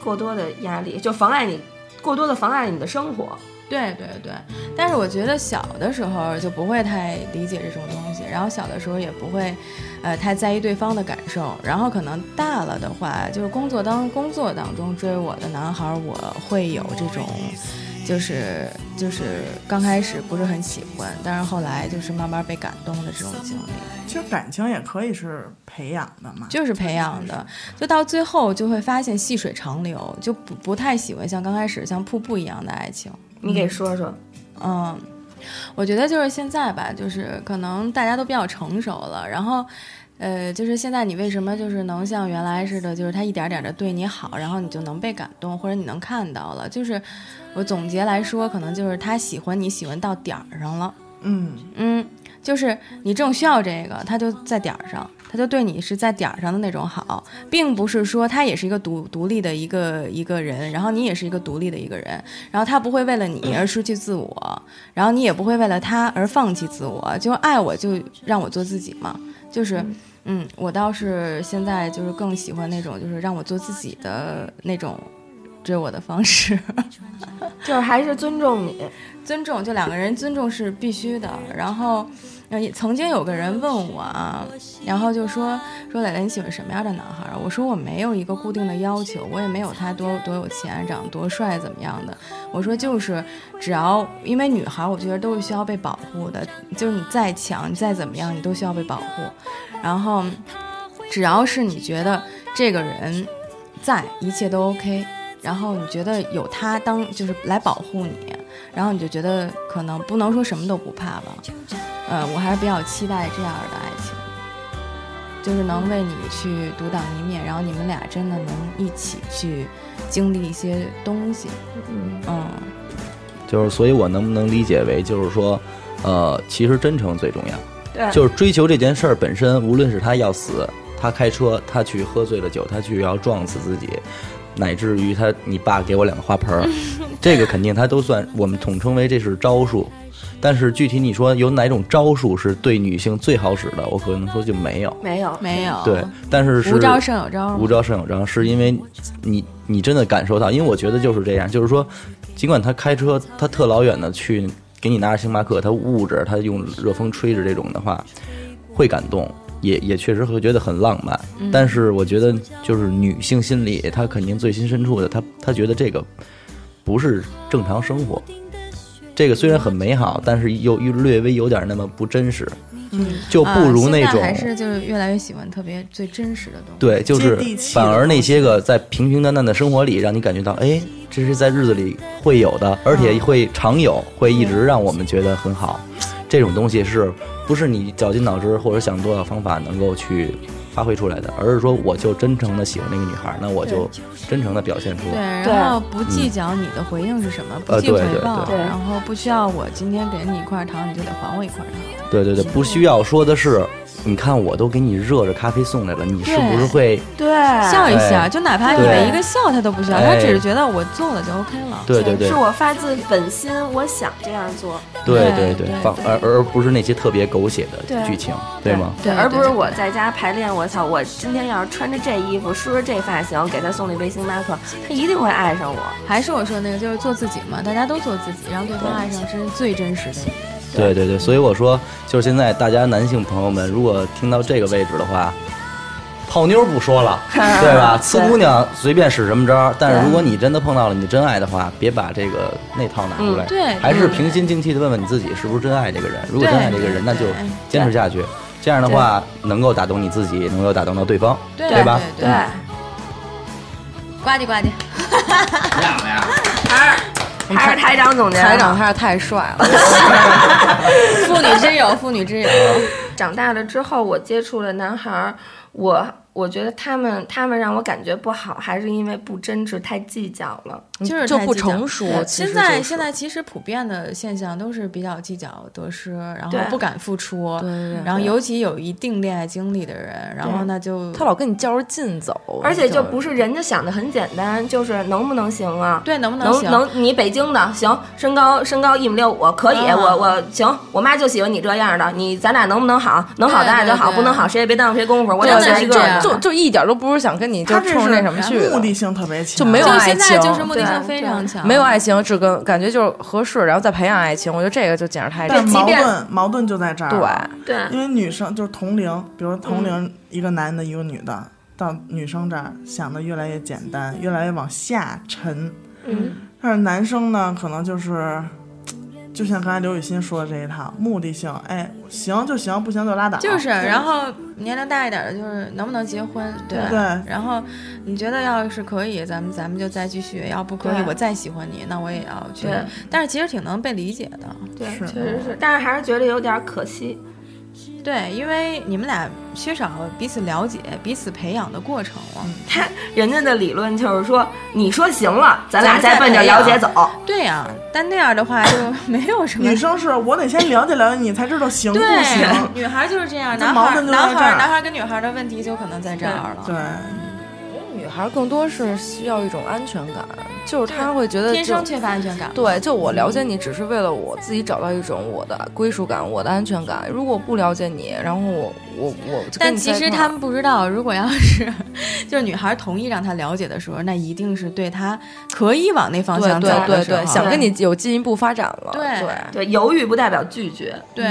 过多的压力，就妨碍你过多的妨碍你的生活。对对对，但是我觉得小的时候就不会太理解这种东西，然后小的时候也不会，呃，太在意对方的感受，然后可能大了的话，就是工作当工作当中追我的男孩儿，我会有这种，就是就是刚开始不是很喜欢，但是后来就是慢慢被感动的这种经历。其实感情也可以是培养的嘛，就是培养的，就到最后就会发现细水长流，就不不太喜欢像刚开始像瀑布一样的爱情。你给说说，嗯，我觉得就是现在吧，就是可能大家都比较成熟了，然后。呃，就是现在你为什么就是能像原来似的，就是他一点点的对你好，然后你就能被感动，或者你能看到了。就是我总结来说，可能就是他喜欢你喜欢到点儿上了，嗯，嗯，就是你正需要这个，他就在点儿上，他就对你是在点儿上的那种好，并不是说他也是一个独独立的一个一个人，然后你也是一个独立的一个人，然后他不会为了你而失去自我，然后你也不会为了他而放弃自我，就爱我就让我做自己嘛，就是。嗯，我倒是现在就是更喜欢那种，就是让我做自己的那种追我的方式。就是还是尊重你。尊重，就两个人尊重是必须的。然后，呃，也曾经有个人问我啊，然后就说说蕾蕾你喜欢什么样的男孩儿？我说我没有一个固定的要求，我也没有他多多有钱，长多帅怎么样的。我说就是只要因为女孩，我觉得都是需要被保护的，就是你再强，你再怎么样，你都需要被保护。然后，只要是你觉得这个人在，一切都 OK。然后你觉得有他当就是来保护你，然后你就觉得可能不能说什么都不怕吧，呃，我还是比较期待这样的爱情，就是能为你去独当一面，然后你们俩真的能一起去经历一些东西，嗯，嗯，就是所以，我能不能理解为就是说，呃，其实真诚最重要。对，就是追求这件事儿本身，无论是他要死，他开车，他去喝醉了酒，他去要撞死自己，乃至于他你爸给我两个 花盆儿，这个肯定他都算我们统称为这是招数。但是具体你说有哪种招数是对女性最好使的，我可能说就没有。没有。没有，对，但是是哦无招胜有招无嘛，招胜有招，是因为你你真的感受到，因为我觉得就是这样，就是说，尽管他开车他特老远的去给你拿着星巴克，他捂着，他用热风吹着这种的话，会感动，也也确实会觉得很浪漫。嗯但是我觉得，就是女性心里，她肯定最心深处的，她她觉得这个不是正常生活。这个虽然很美好，但是又又略微有点那么不真实，就不如那嗯啊现种、在还是就是越来越喜欢特别最真实的东西。对，就接是地气反的而那东些个在平平淡淡的生活里，让你感觉到，哎，这是在日子里会有的，而且会常有，会一直让我们觉得很好。这种东西是不是你绞尽脑汁或者想多少方法能够去发挥出来的？而是说，我就真诚的喜欢那个女孩，那我就真诚的表现出。对，然后不计较你的回应是什么，不计呃对回对报，对然后不需要我今天给你一块糖，你就得还我一块糖。对对对，不需要说的是，你看我都给你热着咖啡送来了，你是不是会？对，笑一哎下，就哪怕你对每一个笑他都不需要，他哎只是觉得我做了就 OK 了。对对对是，我发自本心，我想这样做，对对对对，放而而不是那些特别狗血的对剧情，对吗？对而不是对我在家排练。我操，我今天要是穿着这衣服，梳着这发型，给他送了一杯星巴克，他一定会爱上我。还是我说那个，就是做自己嘛，大家都做自己，让对方爱上，这是最真实的你。对对对，所以我说，就是现在大家男性朋友们，如果听到这个位置的话，泡妞不说 了，对吧？呲姑娘随便使什么招儿，但是如果你真的碰到了你真爱的话，别把这个那套拿出来，嗯对还是平心静气的问问你自己是不是真爱这个人。如果真爱这个人，那就哎坚持下去，这样的话能够打动你自己，能够打动到对方，对吧？对对，嗯呱唧呱唧，还是台长总结啊的台长还是太帅 了，妇女之友，妇女之友。长大了之后，我接触了男孩儿，我我觉得他们他们让我感觉不好，还是因为不真挚，太计较了。就是嗯就太不计较成熟对其实现在就是现在其实普遍的现象都是比较计较得失，然后对不敢付出，对然后尤其有一定恋爱经历的人，然后那就他老跟你较着劲走，而且就不是人家想的很简单，就是能不能行啊？对能不能行？能，你北京的行，身高身高一米六五，可以，啊我我行，我妈就喜欢你这样的，你咱俩能不能好？能好对咱俩就对好，对不能好谁也别耽误谁功夫，我真俩的选是一个这样人。就就一点都不是想跟你就他这冲着那什么去是目的的，性特啊别强，就没有就爱现在情就是目的对性非常强，没有爱情，只跟感觉就是合适，然后再培养爱情。我觉得这个就简直太但即矛便盾矛盾就在这儿。对，对，啊因为女生就是同龄，比如同嗯龄一个男的，一个女的，到女生这儿想的越来越简单，越来越往下沉。嗯，但是男生呢，可能就是，就像刚才刘雨欣说的这一套，目的性，哎，行就行，不行就拉倒。就是，然后年龄大一点的，就是能不能结婚，对吧对然后你觉得要是可以，咱们咱们就再继续；要不可以，对我再喜欢你，那我也要去对。但是其实挺能被理解的，对，确实是，但是还是觉得有点可惜。对，因为你们俩缺少彼此了解、彼此培养的过程了。嗯他人家的理论就是说，你说行了，咱俩咱再再奔着培养了解走。对呀、但那样的话就没有什么女。生是我得先了解了解你，才知道行不对，行。女孩就是这样，这男矛孩盾就在男这孩儿男孩跟女孩的问题就可能在这儿了。对，女孩更多是需要一种安全感，就是她会觉得天生就缺乏安全感。对，就我了解你，只是为了我自己找到一种我的归属感、我的安全感。如果不了解你，然后我我我，就跟但你其在一实块儿他们不知道，如果要是就是女孩同意让他了解的时候，那一定是对他可以往那方对向走对的对时候。对，想跟你有进一步发展了，对对哎对，犹豫不代表拒绝。对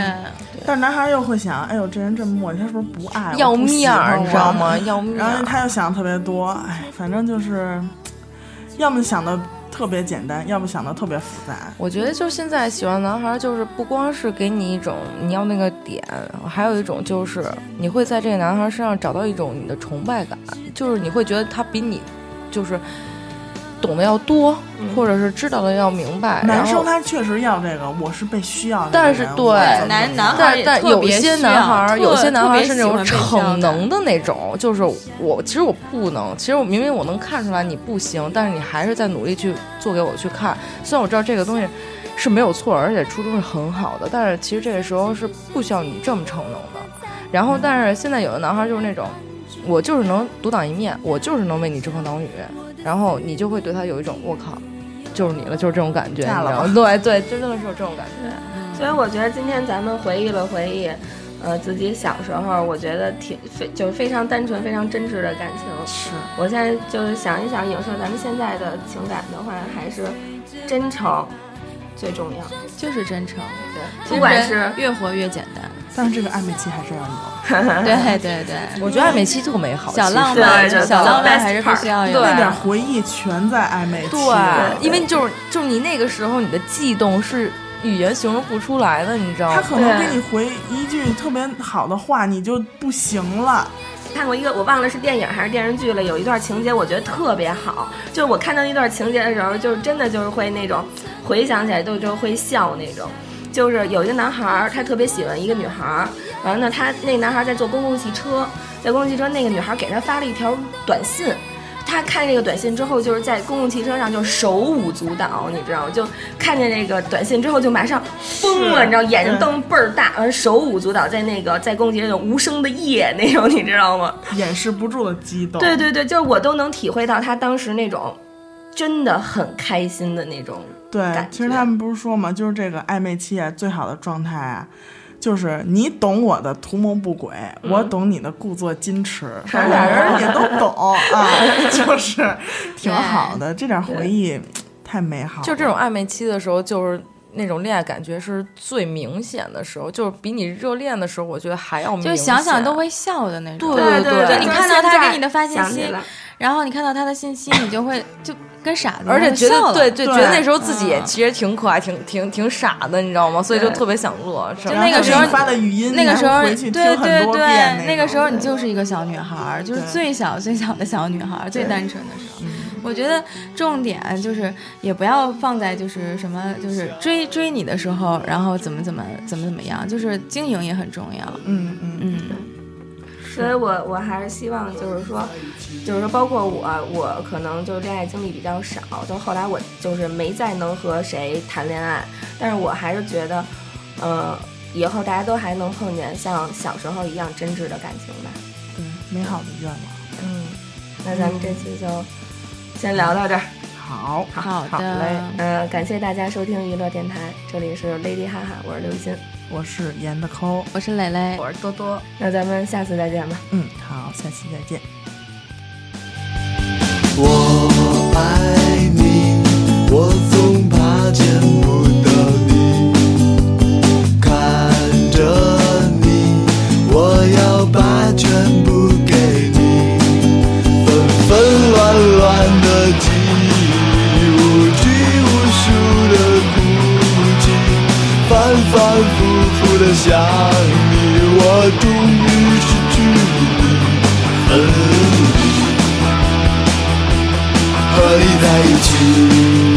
但是男孩又会想，哎呦，这人这么磨叽，他是不是不爱我？要不喜面欢儿，我你知道吗？要面然后儿，他又想特别多，哎，反正就是，要么想的特别简单，要么想的特别复杂。我觉得就现在喜欢男孩，就是不光是给你一种你要那个点，还有一种就是你会在这个男孩身上找到一种你的崇拜感，就是你会觉得他比你就是懂得要多，嗯或者是知道的要明白。哎然男后生他确实要这个，我是被需要的人，但是对我怎么男男孩但也但特有别些需男要孩儿，有特些男特孩儿别甚至喜有欢被逞教能育的那种，就是我其实我不能，其实我明明我能看出来你不行，但是你还是在努力去做给我去看。虽然我知道这个东西是没有错，而且初衷是很好的，但是其实这个时候是不需要你这么逞能的。然后，但是现在有的男孩儿就是那种，我就是能独当一面，我就是能为你遮风挡雨，然后你就会对他有一种我靠。就是你了，就是这种感觉，你知嫁了道吗？对对，真的是有这种感觉。所以我觉得今天咱们回忆了回忆，呃，自己小时候，我觉得挺非就是非常单纯、非常真挚的感情。是我现在就是想一想，影射咱们现在的情感的话，还是真诚、最重要。就是真诚，不管是越活越简单。 但是这个暧昧期还是要有，对对对，我觉得暧昧期特美好，小浪其实漫，对对小浪漫 best 还是必须要有对的。那点回忆全在暧昧期。对，因为就是就是你那个时候你的悸动是语言形容不出来的，你知道他吗？可能给你回一句特别好的话，你就不行了。看过一个，我忘了是电影还是电视剧了，有一段情节我觉得特别好，就是我看到那段情节的时候，就是真的就是会那种回想起来就就会笑那种。就是有一个男孩儿，他特别喜欢一个女孩儿，完了呢，他那男孩儿在坐公共汽车，在公共汽车，那个女孩儿给他发了一条短信，他看这个短信之后，就是在公共汽车上就手舞足蹈，你知道吗？就看见这个短信之后就马上疯了，你知道，眼睛瞪倍儿大，完手舞足蹈在那个在公共汽车上无声的夜 那种，你知道吗？掩饰不住的激动。对对对，就是我都能体会到他当时那种真的很开心的那种。对感，其实觉他们不是说嘛，就是这个暧昧期啊，最好的状态啊，就是你懂我的图谋不轨，我懂你的故作矜持，反正俩人也都懂啊，就是挺好的，这点回忆太美好了。就这种暧昧期的时候，就是那种恋爱感觉是最明显的时候，就是比你热恋的时候，我觉得还要明显。就想想都会笑的那种。对对对就你看到他给你的发信信息息，然后你看到他的信息，你就会就跟傻子一样，而且觉就得笑了嗯对对，对觉得那时候自己也其实挺可爱、挺挺挺傻的，你知道吗？所以就对特别想乐，是就吧？然后那个时候给你发的语音，那个时候，你还会回对去听很对多遍对，那个种时候你就是一个小女孩儿，就是最小最小的小女孩儿，最单纯的时嗯候。我觉得重点就是也不要放在就是什么，就是追追你的时候，然后怎么怎么怎么怎么样，就是经营也很重要。嗯嗯，嗯，所以我我还是希望就是说，就是说包括我，我可能就是恋爱经历比较少，就后来我就是没再能和谁谈恋爱，但是我还是觉得，呃，以后大家都还能碰见像小时候一样真挚的感情吧。对，嗯美好的愿望。嗯，那咱们这期就先聊到这儿。好，好嘞的，，呃，感谢大家收听娱乐电台，这里是 Lady 哈哈，我是刘鑫，我是严的抠，我是蕾蕾，我是多多。那咱们下次再见吧。嗯，好，下期再见。我爱你，我总怕见不到你。看着你，我要把全部给你。纷纷乱乱的记忆，无拘无束的哭泣，反反复复的想你，我终于失去你，分离。和你在一起。